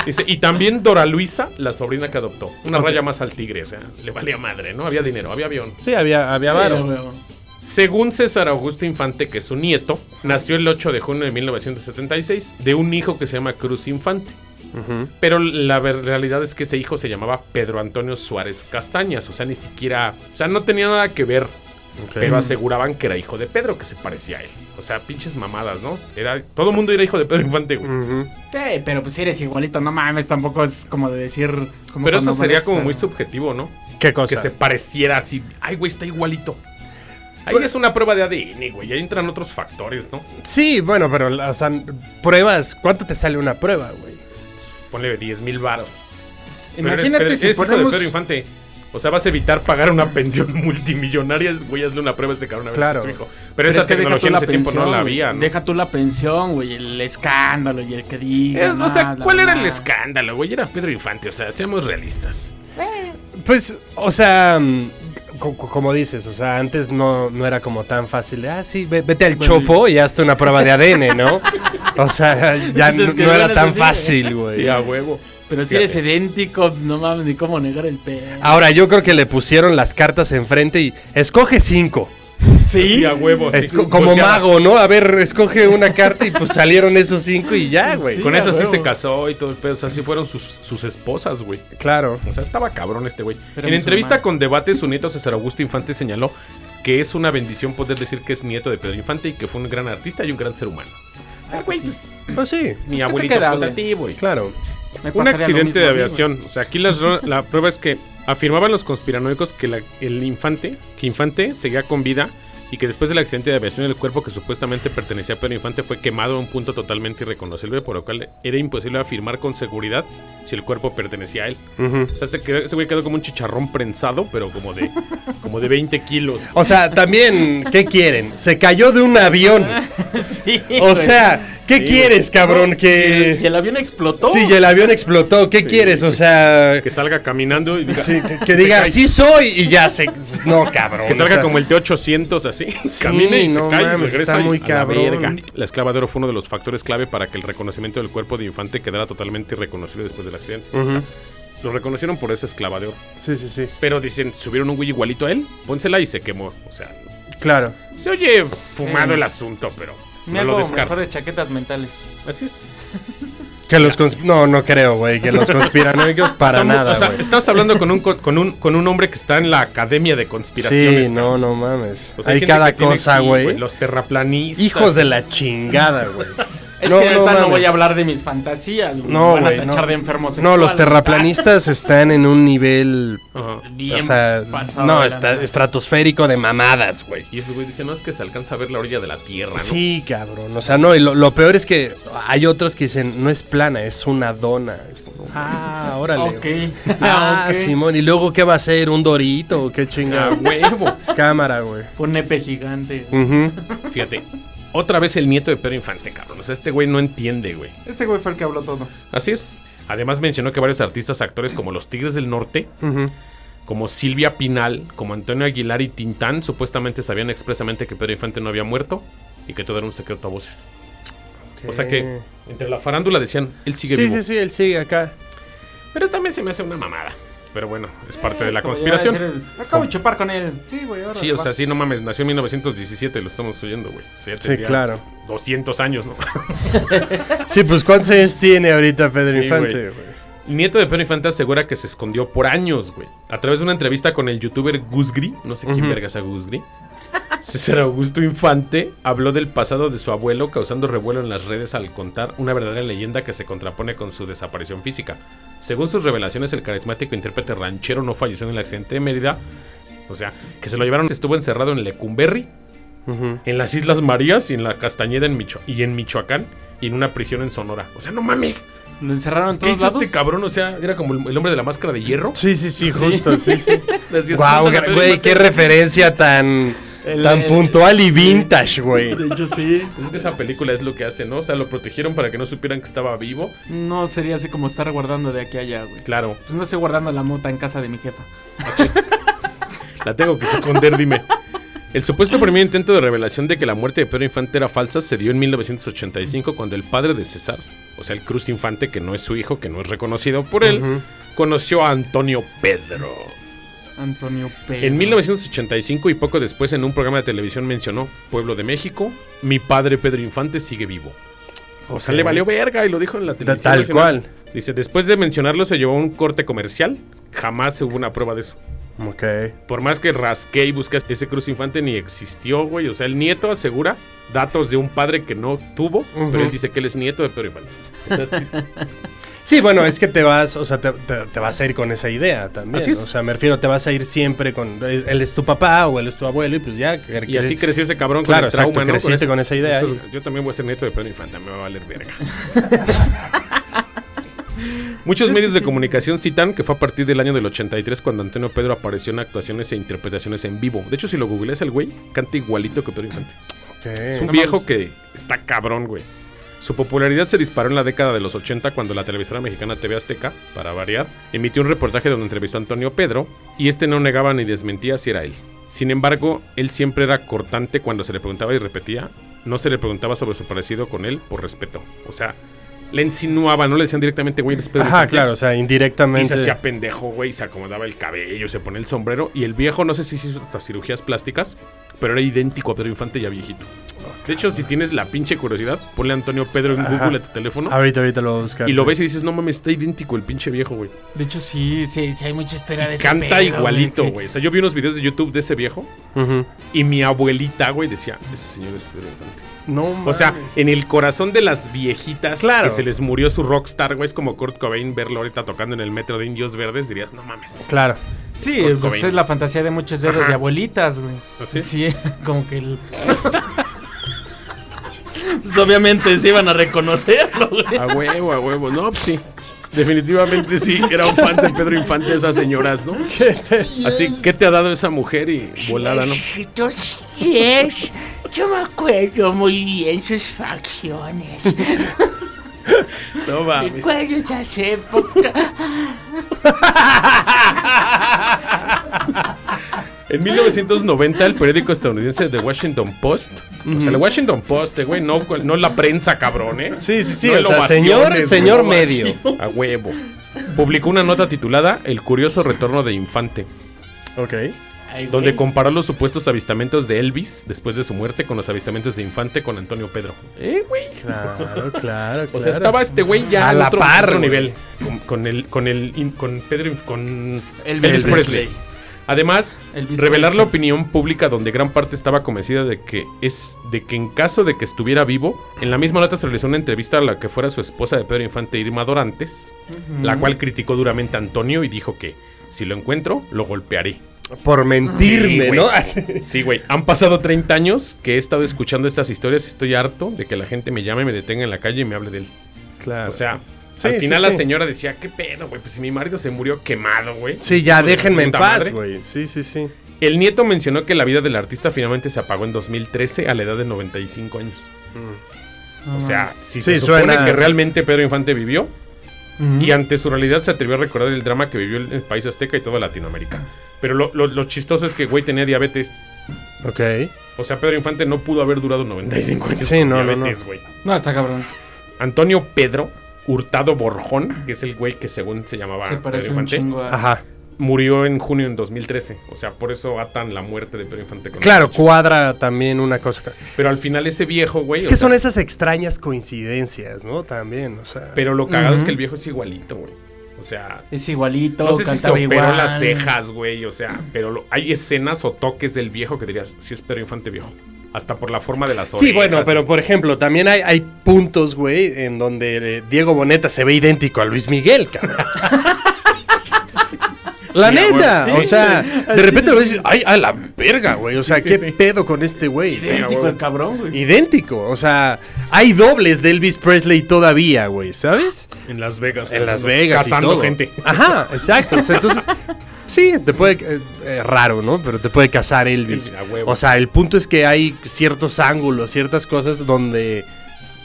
Speaker 1: Dice, y también Dora Luisa, la sobrina que adoptó. Una raya más al tigre, o sea, le valía madre, ¿no? Había dinero, había avión.
Speaker 3: Sí, había, había
Speaker 2: Claro,
Speaker 3: varo.
Speaker 2: güey.
Speaker 1: Según César Augusto Infante, que es su nieto, nació el 8 de junio de 1976 de un hijo que se llama Cruz Infante. Pero la ver- realidad es que ese hijo se llamaba Pedro Antonio Suárez Castañas, o sea, ni siquiera, o sea, no tenía nada que ver, pero aseguraban que era hijo de Pedro, que se parecía a él. O sea, pinches mamadas, ¿no? Era, todo el mundo era hijo de Pedro Infante, güey.
Speaker 3: Ujú.
Speaker 2: Sí, pero pues si eres igualito, no mames, tampoco es como de decir. como
Speaker 1: Pero eso
Speaker 2: cuando eh.
Speaker 1: sería
Speaker 2: vas
Speaker 1: como
Speaker 2: a-
Speaker 1: muy subjetivo, ¿no?
Speaker 3: ¿Qué cosa?
Speaker 1: que se pareciera así. Ay, güey, está igualito. Ahí es una prueba de ADN, güey. Ahí entran otros factores, ¿no?
Speaker 3: Sí, bueno, pero, o sea, pruebas. ¿Cuánto te sale una prueba, güey?
Speaker 1: Ponle 10 mil varos. Pero eres
Speaker 2: Imagínate
Speaker 1: Pedro-
Speaker 2: si
Speaker 1: eres hijo de
Speaker 2: ponemos.
Speaker 1: Pedro Infante. O sea, vas a evitar pagar una pensión multimillonaria. Güey, hazle una prueba a este cabrón a ver si
Speaker 3: Claro.
Speaker 1: es tu hijo. Pero, esa
Speaker 2: es que deja
Speaker 1: tecnología
Speaker 2: tú
Speaker 1: en
Speaker 2: la
Speaker 1: ese tiempo no
Speaker 2: pensión,
Speaker 1: la
Speaker 2: güey.
Speaker 1: había, ¿no?
Speaker 2: Deja tú la pensión, güey, el escándalo y el que diga.
Speaker 1: Es- o sea,
Speaker 2: bla,
Speaker 1: ¿cuál
Speaker 2: bla,
Speaker 1: era
Speaker 2: bla.
Speaker 1: el escándalo, güey? Era Pedro Infante, o sea, seamos realistas.
Speaker 3: Pues, o sea, mm, co- co- como dices, o sea, antes no, no era como tan fácil de, ah, sí, ve- vete al chopo y hazte una prueba de ADN, ¿no? O sea, ya
Speaker 2: Pues es
Speaker 3: no,
Speaker 2: que
Speaker 3: no
Speaker 2: no
Speaker 3: era
Speaker 2: era
Speaker 3: tan
Speaker 2: sencillo.
Speaker 3: fácil, güey.
Speaker 1: Sí, a huevo.
Speaker 2: Pero si eres idéntico, pues, no mames, ni cómo negar el pedo.
Speaker 1: Ah,
Speaker 3: Ahora, yo creo que le pusieron las cartas enfrente y escoge cinco.
Speaker 1: Sí, a huevo. Pues sí.
Speaker 3: Esco- como
Speaker 1: Volteabas.
Speaker 3: mago, ¿no? A ver, escoge una carta y pues salieron esos cinco y ya, güey.
Speaker 2: Sí,
Speaker 1: Con
Speaker 2: a
Speaker 1: eso sí
Speaker 2: huevo.
Speaker 1: se casó y todo el pedo. O sea, así fueron sus, sus esposas, güey.
Speaker 3: Claro.
Speaker 1: O sea, estaba cabrón este güey.
Speaker 2: Era
Speaker 1: en
Speaker 2: musulmán.
Speaker 1: entrevista con Debate, su nieto César Augusto Infante señaló que es una bendición poder decir que es nieto de Pedro Infante y que fue un gran artista y un gran ser humano. O
Speaker 2: Ah,
Speaker 1: sea, güey, pues,
Speaker 3: Pues sí,
Speaker 1: mi
Speaker 2: ¿qué te
Speaker 1: abuelito
Speaker 2: queda,
Speaker 1: fue
Speaker 2: güey?
Speaker 1: a ti, güey.
Speaker 3: claro.
Speaker 2: Me
Speaker 1: Un
Speaker 2: pasaría lo
Speaker 1: accidente
Speaker 2: mismo
Speaker 1: de
Speaker 2: a mí, güey.
Speaker 1: aviación. O sea, aquí las- la prueba es que afirmaban los conspiranoicos que la- el infante, que Infante seguía con vida y que después del accidente de aviación el cuerpo que supuestamente pertenecía a Pedro Infante fue quemado a un punto totalmente irreconocible, por lo cual era imposible afirmar con seguridad si el cuerpo pertenecía a él.
Speaker 3: Ujú.
Speaker 1: O sea, se quedó- ese güey quedó como un chicharrón prensado, pero como de, como de 20 kilos.
Speaker 3: O sea, también, ¿qué quieren? Se cayó de un avión.
Speaker 2: Sí,
Speaker 3: O
Speaker 2: güey.
Speaker 3: sea, ¿qué
Speaker 1: Sí,
Speaker 3: quieres, cabrón?
Speaker 2: Y el, y
Speaker 3: Que.
Speaker 2: el avión explotó.
Speaker 3: Sí, y el avión explotó. ¿Qué quieres? O sea.
Speaker 1: Que salga caminando y diga,
Speaker 3: sí, que, que diga, sí soy y ya se. pues, no, cabrón.
Speaker 1: Que salga
Speaker 3: o sea,
Speaker 1: como el T-800 así. camine y
Speaker 3: no
Speaker 1: se cae
Speaker 3: mames,
Speaker 1: y regresa
Speaker 3: está
Speaker 1: y
Speaker 3: muy
Speaker 1: a la
Speaker 3: cabrón.
Speaker 1: verga. La esclava de oro fue uno de los factores clave para que el reconocimiento del cuerpo de infante quedara totalmente irreconocible después del accidente.
Speaker 3: Ujú.
Speaker 1: Lo reconocieron por esa esclava de oro.
Speaker 3: Sí, sí, sí.
Speaker 1: Pero dicen, subieron un güey igualito a él, pónsela y se quemó. O sea,
Speaker 3: Claro.
Speaker 1: se oye fumado el asunto, pero
Speaker 2: Me
Speaker 1: no lo
Speaker 2: hago
Speaker 1: descarto.
Speaker 2: mejores chaquetas mentales.
Speaker 1: Así es.
Speaker 3: Que los consp- No, no creo, güey. Que los conspiranoicos para
Speaker 1: Estamos-
Speaker 3: nada,
Speaker 1: o sea,
Speaker 3: güey.
Speaker 1: estamos hablando con un, co- con, un, con un hombre que está en la academia de conspiraciones.
Speaker 3: sí,
Speaker 1: cabrón.
Speaker 3: no, no mames.
Speaker 1: O sea,
Speaker 3: hay
Speaker 1: gente
Speaker 3: cada
Speaker 1: que tiene-
Speaker 3: cosa,
Speaker 1: sí,
Speaker 3: güey.
Speaker 1: Los terraplanistas.
Speaker 3: Hijos de la chingada, güey.
Speaker 2: Es
Speaker 3: No,
Speaker 2: que
Speaker 3: no
Speaker 2: ahorita no,
Speaker 3: mames.
Speaker 2: voy a hablar de mis fantasías, güey.
Speaker 3: No,
Speaker 2: Me van
Speaker 3: güey,
Speaker 2: a tachar
Speaker 3: no.
Speaker 2: de enfermo
Speaker 3: No,
Speaker 2: sexual.
Speaker 3: los terraplanistas están en un nivel.
Speaker 1: Ajá.
Speaker 2: Bien
Speaker 3: o sea,
Speaker 2: pasado
Speaker 3: no,
Speaker 2: de
Speaker 3: está
Speaker 2: lanza.
Speaker 3: estratosférico de mamadas, güey.
Speaker 1: Y esos güey dicen, no, es que se alcanza a ver la orilla de la tierra, ¿no?
Speaker 3: Sí, cabrón. O sea, no, y lo, lo peor es que hay otros que dicen, no es plana, es una dona. Es como, ah, órale.
Speaker 2: Ok.
Speaker 3: Ah,
Speaker 2: ok.
Speaker 3: Simón, ¿y luego qué va a ser? ¿Un dorito? o ¿Qué
Speaker 1: A
Speaker 3: chingada?
Speaker 1: huevo.
Speaker 3: Cámara, güey.
Speaker 2: Un nepe gigante. güey.
Speaker 3: Ujú.
Speaker 1: Fíjate. Otra vez el nieto de Pedro Infante, cabrón. O sea, este güey no entiende, güey.
Speaker 2: Ah.
Speaker 5: Este güey fue el que habló todo.
Speaker 1: Así es. Además mencionó que varios artistas actores como los Tigres del Norte,
Speaker 3: Ujú.
Speaker 1: como Silvia Pinal, como Antonio Aguilar y Tintán supuestamente sabían expresamente que Pedro Infante no había muerto y que todo era un secreto a voces. O sea que entre la farándula decían, él sigue
Speaker 3: Sí,
Speaker 1: vivo.
Speaker 3: sí, sí, él sigue acá.
Speaker 1: Pero también se me hace una mamada. Pero bueno, es parte de
Speaker 2: Eh, Es
Speaker 1: la
Speaker 2: como llegar a
Speaker 1: conspiración.
Speaker 2: decir el, Me acabo de chupar con él.
Speaker 5: Sí, güey, ahora.
Speaker 1: Sí, o sea, sí, no mames, nació en 1917, lo estamos oyendo, güey. O sea, ya
Speaker 3: Sí,
Speaker 1: tendría
Speaker 3: claro.
Speaker 1: 200 años, ¿no?
Speaker 3: Sí, pues ¿cuántos años tiene ahorita Pedro
Speaker 1: Sí,
Speaker 3: Infante,
Speaker 1: güey.
Speaker 3: güey?
Speaker 1: El nieto de Pedro Infante asegura que se escondió por años, güey. A través de una entrevista con el youtuber Gusgri, no sé quién
Speaker 3: Ujú.
Speaker 1: verga es a Gusgri. César Augusto Infante habló del pasado de su abuelo, causando revuelo en las redes al contar una verdadera leyenda que se contrapone con su desaparición física. Según sus revelaciones, el carismático intérprete ranchero no falleció en el accidente de Mérida. O sea, que se lo llevaron, estuvo encerrado en Lecumberri,
Speaker 3: Ujú.
Speaker 1: en las Islas Marías y en la Castañeda en Micho- y en Michoacán y en una prisión en Sonora. O sea, no mames.
Speaker 2: Lo encerraron en
Speaker 1: ¿Qué
Speaker 2: todos
Speaker 1: hizo
Speaker 2: lados.
Speaker 1: este cabrón? O sea, era como el, el hombre de la máscara de hierro.
Speaker 3: Sí, sí, sí, justo, sí, sí.
Speaker 1: Así es,
Speaker 3: Guau,
Speaker 1: puta,
Speaker 3: gra-
Speaker 1: pero
Speaker 3: güey,
Speaker 1: mate-
Speaker 3: qué referencia tan,
Speaker 2: El-
Speaker 3: tan
Speaker 2: el-
Speaker 3: puntual y
Speaker 2: sí.
Speaker 3: vintage, güey.
Speaker 2: De hecho, sí.
Speaker 1: Es que esa película es lo que hace, ¿no? O sea, lo protegieron para que no supieran que estaba vivo.
Speaker 2: No sería así como estar guardando de aquí a allá, güey.
Speaker 1: Claro,
Speaker 2: Pues no estoy guardando la mota en casa de mi jefa.
Speaker 1: así es. la tengo que esconder, dime. El supuesto primer intento de revelación de que la muerte de Pedro Infante era falsa se dio en 1985 cuando el padre de César, o sea, el Cruz Infante, que no es su hijo, que no es reconocido por él,
Speaker 3: Ujú.
Speaker 1: conoció a Antonio Pedro.
Speaker 2: Antonio P.
Speaker 1: En 1985 y poco después en un programa de televisión mencionó Pueblo de México, mi padre Pedro Infante sigue vivo. O sea,
Speaker 3: Ok.
Speaker 1: le valió verga y lo dijo en la
Speaker 3: Ta-
Speaker 1: televisión.
Speaker 3: Tal
Speaker 1: nacional.
Speaker 3: cual.
Speaker 1: Dice, después de mencionarlo se llevó a un corte comercial. Jamás hubo una prueba de eso.
Speaker 3: Ok.
Speaker 1: Por más que rasqué y busqué ese Cruz Infante ni existió, güey. O sea, el nieto asegura datos de un padre que no tuvo,
Speaker 3: Ujú.
Speaker 1: pero él dice que él es nieto de Pedro Infante. O sea, sí,
Speaker 3: Sí, bueno, es que te vas, o sea, te, te- te vas a ir con esa idea también.
Speaker 1: Así es.
Speaker 3: O sea, me refiero, te vas a ir siempre con, eh, él es tu papá o él es tu abuelo y pues ya.
Speaker 1: y así creció ese cabrón
Speaker 3: Claro,
Speaker 1: con el
Speaker 3: exacto,
Speaker 1: trauma, ¿no?
Speaker 3: creciste
Speaker 1: ese-
Speaker 3: con esa idea.
Speaker 1: esos- yo también voy a ser nieto de Pedro Infante, me va a valer verga. Muchos medios de comunicación citan que fue a partir del año del 83 cuando Antonio Pedro apareció en actuaciones e interpretaciones en vivo. De hecho, si lo googleas, el güey canta igualito que Pedro Infante.
Speaker 3: Ok.
Speaker 1: Es un viejo que está cabrón, güey. Su popularidad se disparó en la década de los 80 cuando la televisora mexicana TV Azteca, para variar, emitió un reportaje donde entrevistó a Antonio Pedro y este no negaba ni desmentía si era él. Sin embargo, él siempre era cortante cuando se le preguntaba y repetía, no se le preguntaba sobre su parecido con él por respeto. O sea, le insinuaba, no le decían directamente, güey, eres Pedro
Speaker 3: Ajá,
Speaker 1: Infante".
Speaker 3: claro, o sea,
Speaker 1: Y se
Speaker 3: indirectamente.
Speaker 1: hacía pendejo, güey, se acomodaba el cabello, se ponía el sombrero. Y el viejo, no sé si se hizo estas cirugías plásticas, pero era idéntico a Pedro Infante ya viejito. De hecho, si tienes la pinche curiosidad, ponle Antonio Pedro en
Speaker 3: Ajá.
Speaker 1: Google a tu teléfono
Speaker 3: Ahorita, ahorita lo voy a buscar.
Speaker 1: y lo
Speaker 3: sí.
Speaker 1: ves y dices, no mames, está idéntico el pinche viejo, güey.
Speaker 2: De hecho, sí, sí, sí, hay mucha historia de ese
Speaker 1: Canta
Speaker 2: pedo,
Speaker 1: igualito,
Speaker 2: que-
Speaker 1: güey. O sea, yo vi unos videos de YouTube de ese viejo
Speaker 3: Ujú.
Speaker 1: y mi abuelita, güey, decía, ese señor es Pedro Infante.
Speaker 3: No,
Speaker 1: O sea,
Speaker 3: mames.
Speaker 1: en el corazón de las viejitas
Speaker 3: Claro.
Speaker 1: que se les murió su rockstar, güey, es como Kurt Cobain verlo ahorita tocando en el metro de Indios Verdes, dirías, no mames.
Speaker 3: Claro.
Speaker 2: Sí,
Speaker 1: Scott
Speaker 2: pues
Speaker 1: Cobain.
Speaker 2: es la fantasía de muchos dedos
Speaker 1: Ajá.
Speaker 2: de abuelitas, güey.
Speaker 1: ¿Ah, sí?
Speaker 2: pues como que el... pues obviamente se iban a reconocerlo, güey.
Speaker 1: A huevo, a huevo. No, pues sí. Definitivamente sí, era un fan de Pedro Infante de esas señoras, ¿no? Así, ¿qué te ha dado esa mujer y volada, no?
Speaker 6: Entonces, es, yo me acuerdo muy bien sus facciones.
Speaker 1: No mames.
Speaker 6: Recuerdo esas épocas.
Speaker 1: En 1990, el periódico estadounidense The Washington Post, o sea, el Washington Post, eh, güey, no, no la prensa, cabrón, ¿eh?
Speaker 3: Sí, sí, sí.
Speaker 1: No el
Speaker 3: o sea,
Speaker 1: ovaciones,
Speaker 3: señor,
Speaker 1: güey,
Speaker 3: señor
Speaker 1: no
Speaker 3: medio.
Speaker 1: ovación. A huevo. Publicó una nota titulada El curioso retorno de Infante,
Speaker 3: Ok.
Speaker 1: donde comparó los supuestos avistamientos de Elvis después de su muerte con los avistamientos de Infante con Antonio Pedro. ¿Eh, güey?
Speaker 3: Claro, claro, claro.
Speaker 1: O sea, estaba este güey ya
Speaker 3: A
Speaker 1: al
Speaker 3: la
Speaker 1: otro,
Speaker 3: par,
Speaker 1: otro
Speaker 3: güey.
Speaker 1: nivel. Con, con el, con el, in- con Pedro, con
Speaker 2: Elvis
Speaker 1: Elvis
Speaker 2: Presley.
Speaker 1: Presley. Además,
Speaker 2: Elvis
Speaker 1: revelar la
Speaker 2: Presley.
Speaker 1: opinión pública donde gran parte estaba convencida de que es de que en caso de que estuviera vivo, en la misma nota se realizó una entrevista a la que fuera su esposa de Pedro Infante Irma Dorantes, la cual criticó duramente a Antonio y dijo que si lo encuentro, lo golpearé.
Speaker 3: Por
Speaker 1: Sí,
Speaker 3: mentirme,
Speaker 1: güey.
Speaker 3: ¿no?
Speaker 1: Sí, güey. Han pasado 30 años que he estado escuchando estas historias y estoy harto de que la gente me llame, me detenga en la calle y me hable de él.
Speaker 3: claro.
Speaker 1: O sea,
Speaker 3: Sí,
Speaker 1: al
Speaker 3: sí,
Speaker 1: final la
Speaker 3: sí.
Speaker 1: señora decía, ¿qué pedo, güey? Pues si mi marido se murió quemado, güey.
Speaker 3: Sí, ya
Speaker 1: Hijo de su
Speaker 3: déjenme en
Speaker 1: puta
Speaker 3: paz,
Speaker 1: madre.
Speaker 3: güey. Sí, sí, sí.
Speaker 1: El nieto mencionó que la vida del artista finalmente se apagó en 2013 a la edad de 95 años. O sea, si
Speaker 3: Sí,
Speaker 1: se supone
Speaker 3: suena-
Speaker 1: que realmente Pedro Infante vivió y ante su realidad se atrevió a recordar el drama que vivió el, el país azteca y toda Latinoamérica. Pero lo, lo- lo chistoso es que, güey, tenía diabetes.
Speaker 3: Ok.
Speaker 1: O sea, Pedro Infante no pudo haber durado 95 años
Speaker 3: Sí,
Speaker 1: con
Speaker 3: no, no,
Speaker 1: diabetes,
Speaker 3: no.
Speaker 1: güey.
Speaker 2: No, está cabrón.
Speaker 1: Antonio Pedro Hurtado Borjón, que es el güey que según se llamaba
Speaker 2: Se parece
Speaker 1: Pedro
Speaker 2: un
Speaker 1: Infante,
Speaker 2: chingo a...
Speaker 3: Ajá.
Speaker 1: murió en junio en 2013. O sea, por eso atan la muerte de Pedro Infante con
Speaker 3: Claro,
Speaker 1: la fecha.
Speaker 3: cuadra también una cosa.
Speaker 1: Pero al final ese viejo, güey.
Speaker 3: Es
Speaker 1: o
Speaker 3: que
Speaker 1: sea,
Speaker 3: son esas extrañas coincidencias, ¿no? También, o sea.
Speaker 1: Pero lo cagado es
Speaker 2: Ujú.
Speaker 1: que el viejo es igualito, güey. O sea,
Speaker 2: Es igualito,
Speaker 1: no sé si se
Speaker 2: cantaba
Speaker 1: operó
Speaker 2: igual.
Speaker 1: las cejas, güey. O sea, pero lo- hay escenas o toques del viejo que dirías, sí es Pedro Infante viejo. Hasta por la forma de las orejas.
Speaker 3: Sí, bueno, pero por ejemplo, también hay, hay puntos, güey, en donde eh, Diego Boneta se ve idéntico a Luis Miguel, cabrón. La neta,
Speaker 1: güey,
Speaker 3: o
Speaker 1: sí.
Speaker 3: sea, de repente lo ves y dices, ay, a la verga, güey. O
Speaker 1: Sí,
Speaker 3: sea,
Speaker 1: sí,
Speaker 3: qué
Speaker 1: sí.
Speaker 3: pedo con este güey.
Speaker 2: Idéntico el cabrón, güey.
Speaker 3: Idéntico, o sea, hay dobles de Elvis Presley todavía, güey, ¿sabes?
Speaker 1: En Las Vegas.
Speaker 3: pues, En Las Vegas. y
Speaker 1: Cazando
Speaker 3: todo.
Speaker 1: gente.
Speaker 3: Ajá, exacto. o sea, entonces, sí, te puede. eh, eh, raro, ¿no? Pero te puede casar Elvis.
Speaker 1: Sí, a huevo.
Speaker 3: O sea, el punto es que hay ciertos ángulos, ciertas cosas donde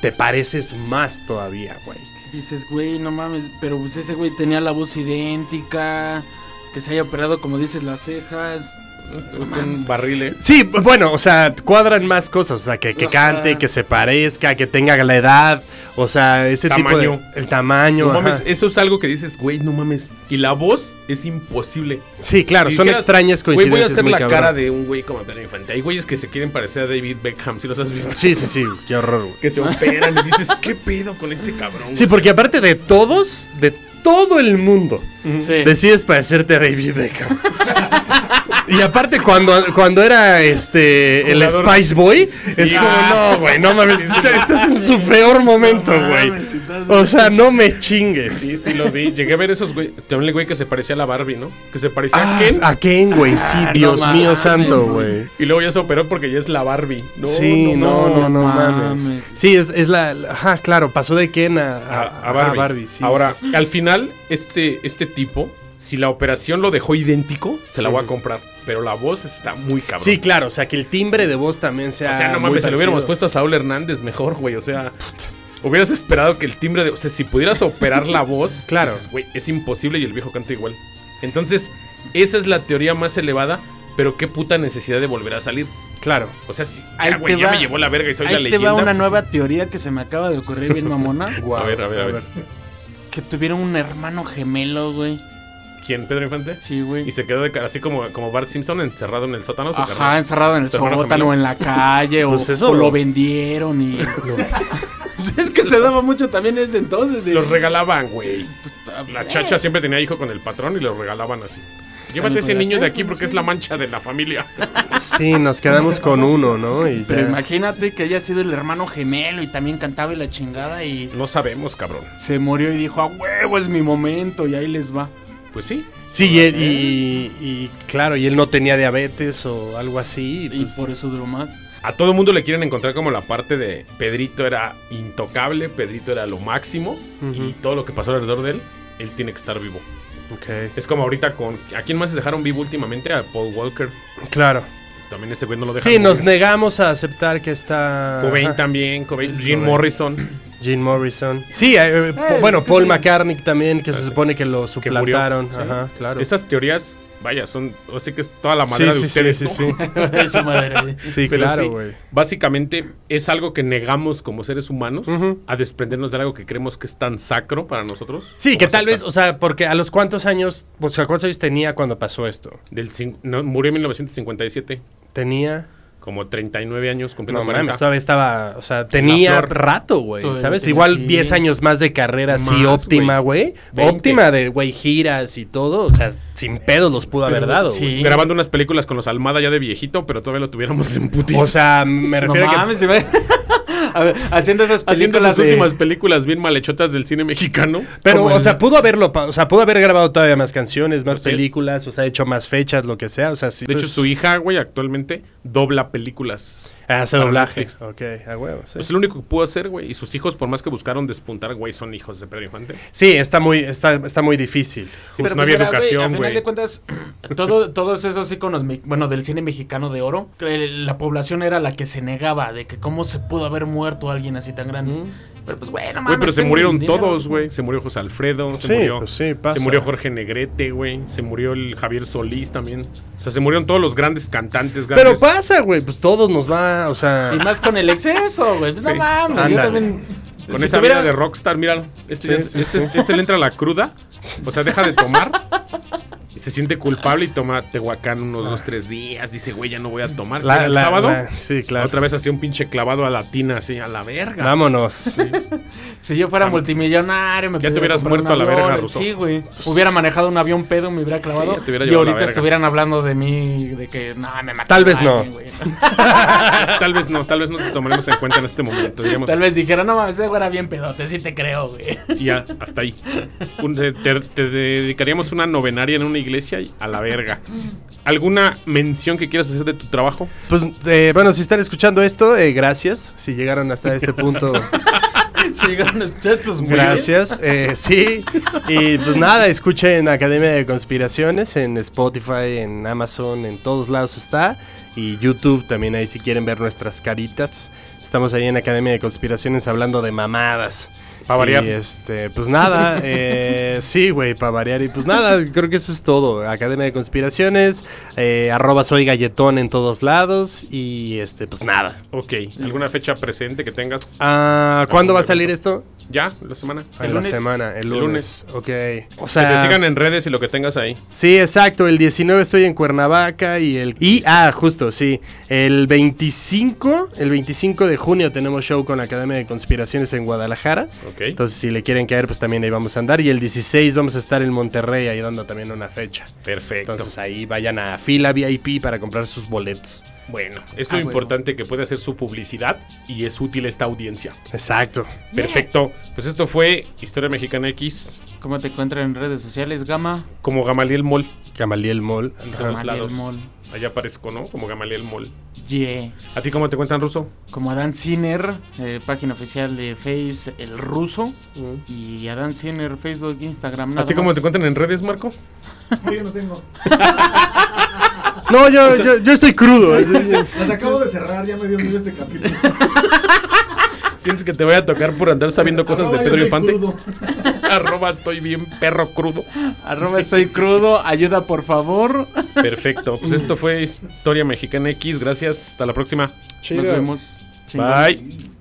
Speaker 3: te pareces más todavía, güey.
Speaker 2: Dices, güey, no mames, pero pues ese güey tenía la voz idéntica, que se haya operado, como dices, las cejas.
Speaker 1: Es un barril, ¿eh?
Speaker 3: Sí, b- bueno, o sea, cuadran más cosas. O sea, que, que
Speaker 2: Ajá.
Speaker 3: cante, que se parezca, que tenga la edad. O sea, ese tipo
Speaker 1: Tamaño.
Speaker 3: de. El tamaño.
Speaker 1: No
Speaker 3: ajá.
Speaker 1: mames, eh, eso es algo que dices, güey, no mames. Y la voz es imposible.
Speaker 3: Sí, claro,
Speaker 1: Si
Speaker 3: son
Speaker 1: dijeras,
Speaker 3: extrañas
Speaker 1: Güey, voy a
Speaker 3: coincidencias.
Speaker 1: hacer
Speaker 3: muy
Speaker 1: la
Speaker 3: cabrón.
Speaker 1: cara de un güey como Pedro Infante. Hay güeyes que se quieren parecer a David Beckham, si los has visto.
Speaker 3: Sí, sí, sí, qué horror, güey.
Speaker 1: Que se operan y dices, ¿qué pedo con este cabrón?
Speaker 3: Sí,
Speaker 1: güey?"
Speaker 3: porque aparte de todos, de todo el mundo,
Speaker 2: Sí.
Speaker 3: decides parecerte a David Beckham. y aparte cuando, cuando era este el
Speaker 1: Jugador.
Speaker 3: Spice Boy, es
Speaker 1: Sí.
Speaker 3: como
Speaker 1: Ah.
Speaker 3: no, güey, no mames, est- estás en su peor momento, güey.
Speaker 2: estás-
Speaker 3: O sea, no me chingues.
Speaker 1: Sí, sí, lo vi. Llegué a ver esos güey. También el güey que se parecía a la Barbie, ¿no? Que se parecía a
Speaker 3: Ah,
Speaker 1: Ken.
Speaker 3: ¿A quién, güey? Sí,
Speaker 2: no
Speaker 3: Dios
Speaker 2: mames,
Speaker 3: mío santo,
Speaker 2: güey.
Speaker 3: güey.
Speaker 1: Y luego ya se operó porque ya es la Barbie. No,
Speaker 3: sí, no, no, no,
Speaker 2: no
Speaker 3: mames.
Speaker 2: mames.
Speaker 3: Sí, es, es la, la- Ajá, claro, pasó de Ken Ah, a,
Speaker 1: A, a Barbie.
Speaker 3: sí,
Speaker 1: Ahora,
Speaker 3: sí,
Speaker 1: al final, este, este tipo, si la operación lo dejó idéntico, se la voy a comprar. Pero la voz está muy cabrón.
Speaker 3: Sí, claro, o sea, que el timbre de voz también sea.
Speaker 1: O sea, no
Speaker 3: muy
Speaker 1: mames, se lo hubiéramos
Speaker 3: parecido.
Speaker 1: puesto a Saúl Hernández mejor, güey. O sea, Hubieras esperado que el timbre de. O sea, si pudieras operar la voz.
Speaker 3: Claro.
Speaker 1: dices, güey, es imposible y el viejo canta igual. Entonces, esa es la teoría más elevada. Pero qué puta necesidad de volver a salir.
Speaker 3: Claro.
Speaker 1: O sea, si. ya,
Speaker 2: Ahí
Speaker 1: güey,
Speaker 2: te
Speaker 1: ya
Speaker 2: va-
Speaker 1: me llevó la verga y soy
Speaker 2: Ahí
Speaker 1: la
Speaker 2: te
Speaker 1: leyenda.
Speaker 2: va una
Speaker 1: pues,
Speaker 2: nueva teoría que se me acaba de ocurrir bien mamona.
Speaker 1: A ver, a ver, a ver.
Speaker 2: que tuvieron un hermano gemelo, güey.
Speaker 1: ¿Quién? ¿Pedro Infante?
Speaker 2: Sí,
Speaker 1: Y
Speaker 2: güey.
Speaker 1: se quedó de cara- así como, como Bart Simpson encerrado en el sótano. su
Speaker 2: Ajá,
Speaker 1: carnal.
Speaker 2: encerrado en el
Speaker 1: ¿Tu hermano
Speaker 2: sótano
Speaker 1: gemelo?
Speaker 2: o en la calle o,
Speaker 1: Pues eso-
Speaker 2: o lo vendieron y... Pues es que se daba mucho también ese entonces. de-
Speaker 1: Los regalaban, güey.
Speaker 2: Pues,
Speaker 1: La chacha siempre tenía hijo con el patrón y lo regalaban así. Llévate
Speaker 2: bien,
Speaker 1: ese
Speaker 2: podría
Speaker 1: niño
Speaker 2: ser,
Speaker 1: de aquí
Speaker 2: podría
Speaker 1: porque es
Speaker 2: ser.
Speaker 1: la mancha de la familia.
Speaker 3: Sí, nos quedamos con uno, ¿no? Y
Speaker 2: Pero
Speaker 3: ya.
Speaker 2: imagínate que haya sido el hermano gemelo y también cantaba y la chingada y...
Speaker 1: No sabemos, cabrón.
Speaker 2: Se murió y dijo, a huevo es mi momento y ahí les va.
Speaker 1: Pues sí.
Speaker 3: Sí, y, él- y- y claro, y él no tenía diabetes o algo así.
Speaker 2: Y
Speaker 3: pues,
Speaker 2: por eso duró más.
Speaker 1: A todo mundo le quieren encontrar como la parte de Pedrito era intocable, Pedrito era lo máximo
Speaker 3: Ujú.
Speaker 1: y todo lo que pasó alrededor de él, él tiene que estar vivo.
Speaker 3: ok.
Speaker 1: Es como ahorita con... ¿A quién más se dejaron vivo últimamente? A Paul Walker.
Speaker 3: Claro.
Speaker 1: También ese güey no lo dejaron.
Speaker 3: Sí, nos
Speaker 1: morir.
Speaker 3: negamos a aceptar que está...
Speaker 1: Cobain
Speaker 3: Ajá.
Speaker 1: también, Cobain,
Speaker 3: Cobain.
Speaker 1: Jim Morrison,
Speaker 3: Jim Morrison. Sí, eh, eh, po- bueno,
Speaker 2: es que
Speaker 3: Paul
Speaker 2: sí.
Speaker 3: McCartney también, que se supone que lo
Speaker 1: que murió.
Speaker 3: suplantaron.
Speaker 1: Sí.
Speaker 3: Ajá, claro.
Speaker 1: Esas teorías, vaya, son... Así que es toda la madera
Speaker 3: sí,
Speaker 1: de
Speaker 3: sí,
Speaker 1: ustedes.
Speaker 3: sí,
Speaker 1: ¿no?
Speaker 3: sí, sí.
Speaker 2: Esa madera. güey.
Speaker 3: Sí,
Speaker 1: Pero sí,
Speaker 3: claro, güey.
Speaker 1: Básicamente es algo que negamos como seres humanos
Speaker 3: Ujú.
Speaker 1: a desprendernos de algo que creemos que es tan sacro para nosotros.
Speaker 3: Sí,
Speaker 1: como
Speaker 3: que tal
Speaker 1: aceptar.
Speaker 3: vez, o sea, porque a los cuántos años, o sea, cuántos años tenía cuando pasó esto.
Speaker 1: Del cin- no, murió en 1957,
Speaker 3: Tenía.
Speaker 1: como 39 años cumpliendo
Speaker 3: No mames,
Speaker 1: 40.
Speaker 3: todavía estaba, o sea, tenía
Speaker 1: flor.
Speaker 3: rato, güey,
Speaker 2: Todavía
Speaker 3: ¿sabes?
Speaker 2: tenía,
Speaker 3: Igual
Speaker 2: sí.
Speaker 3: 10 años más de carrera así
Speaker 1: Más,
Speaker 3: óptima, güey.
Speaker 1: Veinte.
Speaker 3: Óptima de, güey, giras y todo, o sea, sin pedos los pudo haber dado,
Speaker 2: sí.
Speaker 3: güey.
Speaker 1: Grabando unas películas con los Almada ya de viejito, pero todavía lo tuviéramos en putis.
Speaker 3: O sea, me refiero
Speaker 2: no
Speaker 3: a que
Speaker 2: mames, se ve- A ver, haciendo esas
Speaker 1: haciendo
Speaker 2: películas
Speaker 1: las
Speaker 2: de-
Speaker 1: últimas películas bien malhechotas del cine mexicano.
Speaker 3: Pero,
Speaker 2: Como
Speaker 3: o
Speaker 2: el-
Speaker 3: sea, pudo haberlo, pa- o sea, pudo haber grabado todavía más canciones, más
Speaker 1: Así es.
Speaker 3: películas, o sea, hecho más fechas, lo que sea, o sea, sí. pues,
Speaker 1: De hecho, su hija, güey, actualmente dobla películas.
Speaker 3: Hace
Speaker 1: para
Speaker 3: doblajes.
Speaker 1: Netflix.
Speaker 3: Ok, a huevo, sí.
Speaker 1: Es Pues lo único que pudo hacer, güey. Y sus hijos, por más que buscaron despuntar, güey, son hijos de Pedro Infante.
Speaker 3: Sí, está muy, está, está muy difícil.
Speaker 1: Sí,
Speaker 2: Pero
Speaker 1: pues no
Speaker 2: pues
Speaker 1: había
Speaker 2: mira, güey, a
Speaker 1: educación,
Speaker 2: final
Speaker 1: güey.
Speaker 2: de cuentas, todo, todos esos íconos, me- bueno, del cine mexicano de oro, que la población era la que se negaba de que cómo se pudo haber muerto alguien así tan grande. Pero pues bueno,
Speaker 1: Güey,
Speaker 2: mames,
Speaker 1: pero se
Speaker 2: tengo
Speaker 1: murieron
Speaker 2: dinero.
Speaker 1: todos, güey. Se murió José Alfredo, se
Speaker 3: Sí,
Speaker 1: murió.
Speaker 3: pues sí, pasa.
Speaker 1: Se murió Jorge Negrete, güey. Se murió el Javier Solís también. O sea, se murieron todos los grandes cantantes,
Speaker 3: Pero
Speaker 1: grandes.
Speaker 3: pasa, güey, pues todos nos va, o sea...
Speaker 2: Y más con el exceso, güey. Pues
Speaker 1: Sí.
Speaker 2: no mames,
Speaker 3: Ándale.
Speaker 2: yo también.
Speaker 1: Con
Speaker 2: si
Speaker 1: esa
Speaker 2: tuviera-
Speaker 1: vida de rockstar, míralo. Este,
Speaker 3: Sí,
Speaker 1: ya-
Speaker 3: sí,
Speaker 1: este- este le entra la cruda. O sea, deja de tomar. Y se siente culpable y toma Tehuacán unos dos, tres días. Dice, güey, ya no voy a tomar.
Speaker 3: La-
Speaker 1: Llega el
Speaker 3: la-
Speaker 1: sábado,
Speaker 3: la- sí, claro.
Speaker 1: otra vez hacía un pinche clavado a la tina, así, a la verga.
Speaker 3: Vámonos. Sí.
Speaker 2: Si yo fuera multimillonario, me
Speaker 1: Ya te
Speaker 2: pudiera
Speaker 1: hubieras
Speaker 2: comprar
Speaker 1: muerto
Speaker 2: un
Speaker 1: a la
Speaker 2: avión,
Speaker 1: verga, Ruso.
Speaker 2: Sí, güey. Hubiera manejado un avión pedo, me hubiera clavado.
Speaker 1: Sí, ya te hubiera
Speaker 2: y
Speaker 1: llevado la
Speaker 2: ahorita
Speaker 1: verga.
Speaker 2: estuvieran hablando de mí, de que, no, me mataron.
Speaker 3: Tal vez
Speaker 2: a
Speaker 3: no.
Speaker 2: alguien, güey".
Speaker 1: Tal vez no, tal vez no te tomaremos en cuenta en este momento. diríamos.
Speaker 2: Tal vez dijera, no mames, ese güey era bien pedote, sí te creo, güey.
Speaker 1: Y ya, hasta ahí. Un- te, te- te dedicaríamos una novenaria en una iglesia y a la verga. ¿Alguna mención que quieras hacer de tu trabajo?
Speaker 3: Pues, eh, bueno, si están escuchando esto, eh, gracias. Si llegaron hasta este punto,
Speaker 2: Se llegaron a escuchar estos güeyes.
Speaker 3: gracias. Eh, sí. Y pues nada, escuchen Academia de Conspiraciones en Spotify, en Amazon, en todos lados está. Y YouTube también ahí si quieren ver nuestras caritas. Estamos ahí en Academia de Conspiraciones hablando de mamadas.
Speaker 1: Pa' variar.
Speaker 3: Y este, pues nada, eh, sí, güey, para variar. Y pues nada, creo que eso es todo. Academia de Conspiraciones, eh, arroba soy galletón en todos lados. Y este, pues nada.
Speaker 1: Ok, ¿alguna fecha presente que tengas?
Speaker 3: Ah, ¿Cuándo va a salir esto?
Speaker 1: ¿Ya? ¿La semana?
Speaker 3: En
Speaker 2: El lunes.
Speaker 3: la semana, el
Speaker 1: El
Speaker 3: lunes. Ok. O
Speaker 1: Que te
Speaker 3: sea,
Speaker 1: sigan en redes y lo que tengas ahí.
Speaker 3: sí, exacto. El 19 estoy en Cuernavaca y el. Y, ah, justo, sí. El 25, el 25 de junio tenemos show con la Academia de Conspiraciones en Guadalajara.
Speaker 1: Ok.
Speaker 3: Entonces, si le quieren caer, pues también ahí vamos a andar. Y el 16 vamos a estar en Monterrey, ahí dando también una fecha.
Speaker 1: Perfecto.
Speaker 3: Entonces, ahí vayan a fila VIP para comprar sus boletos.
Speaker 1: bueno, es lo
Speaker 2: Ah, bueno.
Speaker 1: importante que puede hacer su publicidad y es útil esta audiencia.
Speaker 3: Exacto.
Speaker 1: Perfecto. Pues esto fue Historia Mexicana X,
Speaker 2: ¿Cómo te encuentran en redes sociales, Gama?
Speaker 1: como Gamaliel Mol.
Speaker 3: Camaliel Mall.
Speaker 1: todos
Speaker 2: Gamaliel
Speaker 1: lados.
Speaker 2: Mol.
Speaker 1: Allá aparezco, ¿no? Como Gamaliel Mol.
Speaker 2: Yeah.
Speaker 1: ¿A ti cómo te cuentan ruso?
Speaker 2: Como Adán Sinner, eh, página oficial de Face El Ruso. Y Adán Sinner, Facebook, Instagram, nada
Speaker 1: ¿A ti cómo
Speaker 2: más.
Speaker 1: te cuentan en redes, Marco?
Speaker 5: No, yo no tengo.
Speaker 3: No, yo, yo, yo estoy crudo.
Speaker 5: Las acabo de cerrar, ya me dio miedo este capítulo.
Speaker 1: Sientes que te voy a tocar por andar sabiendo cosas de
Speaker 5: Arroba, yo
Speaker 1: Pedro
Speaker 5: soy
Speaker 1: Infante.
Speaker 5: crudo.
Speaker 1: Arroba estoy bien perro crudo.
Speaker 2: Arroba estoy crudo, ayuda por favor.
Speaker 1: Perfecto. Pues esto fue Historia Mexicana X. Gracias. Hasta la próxima.
Speaker 2: Nos vemos. Chingón.
Speaker 1: Bye.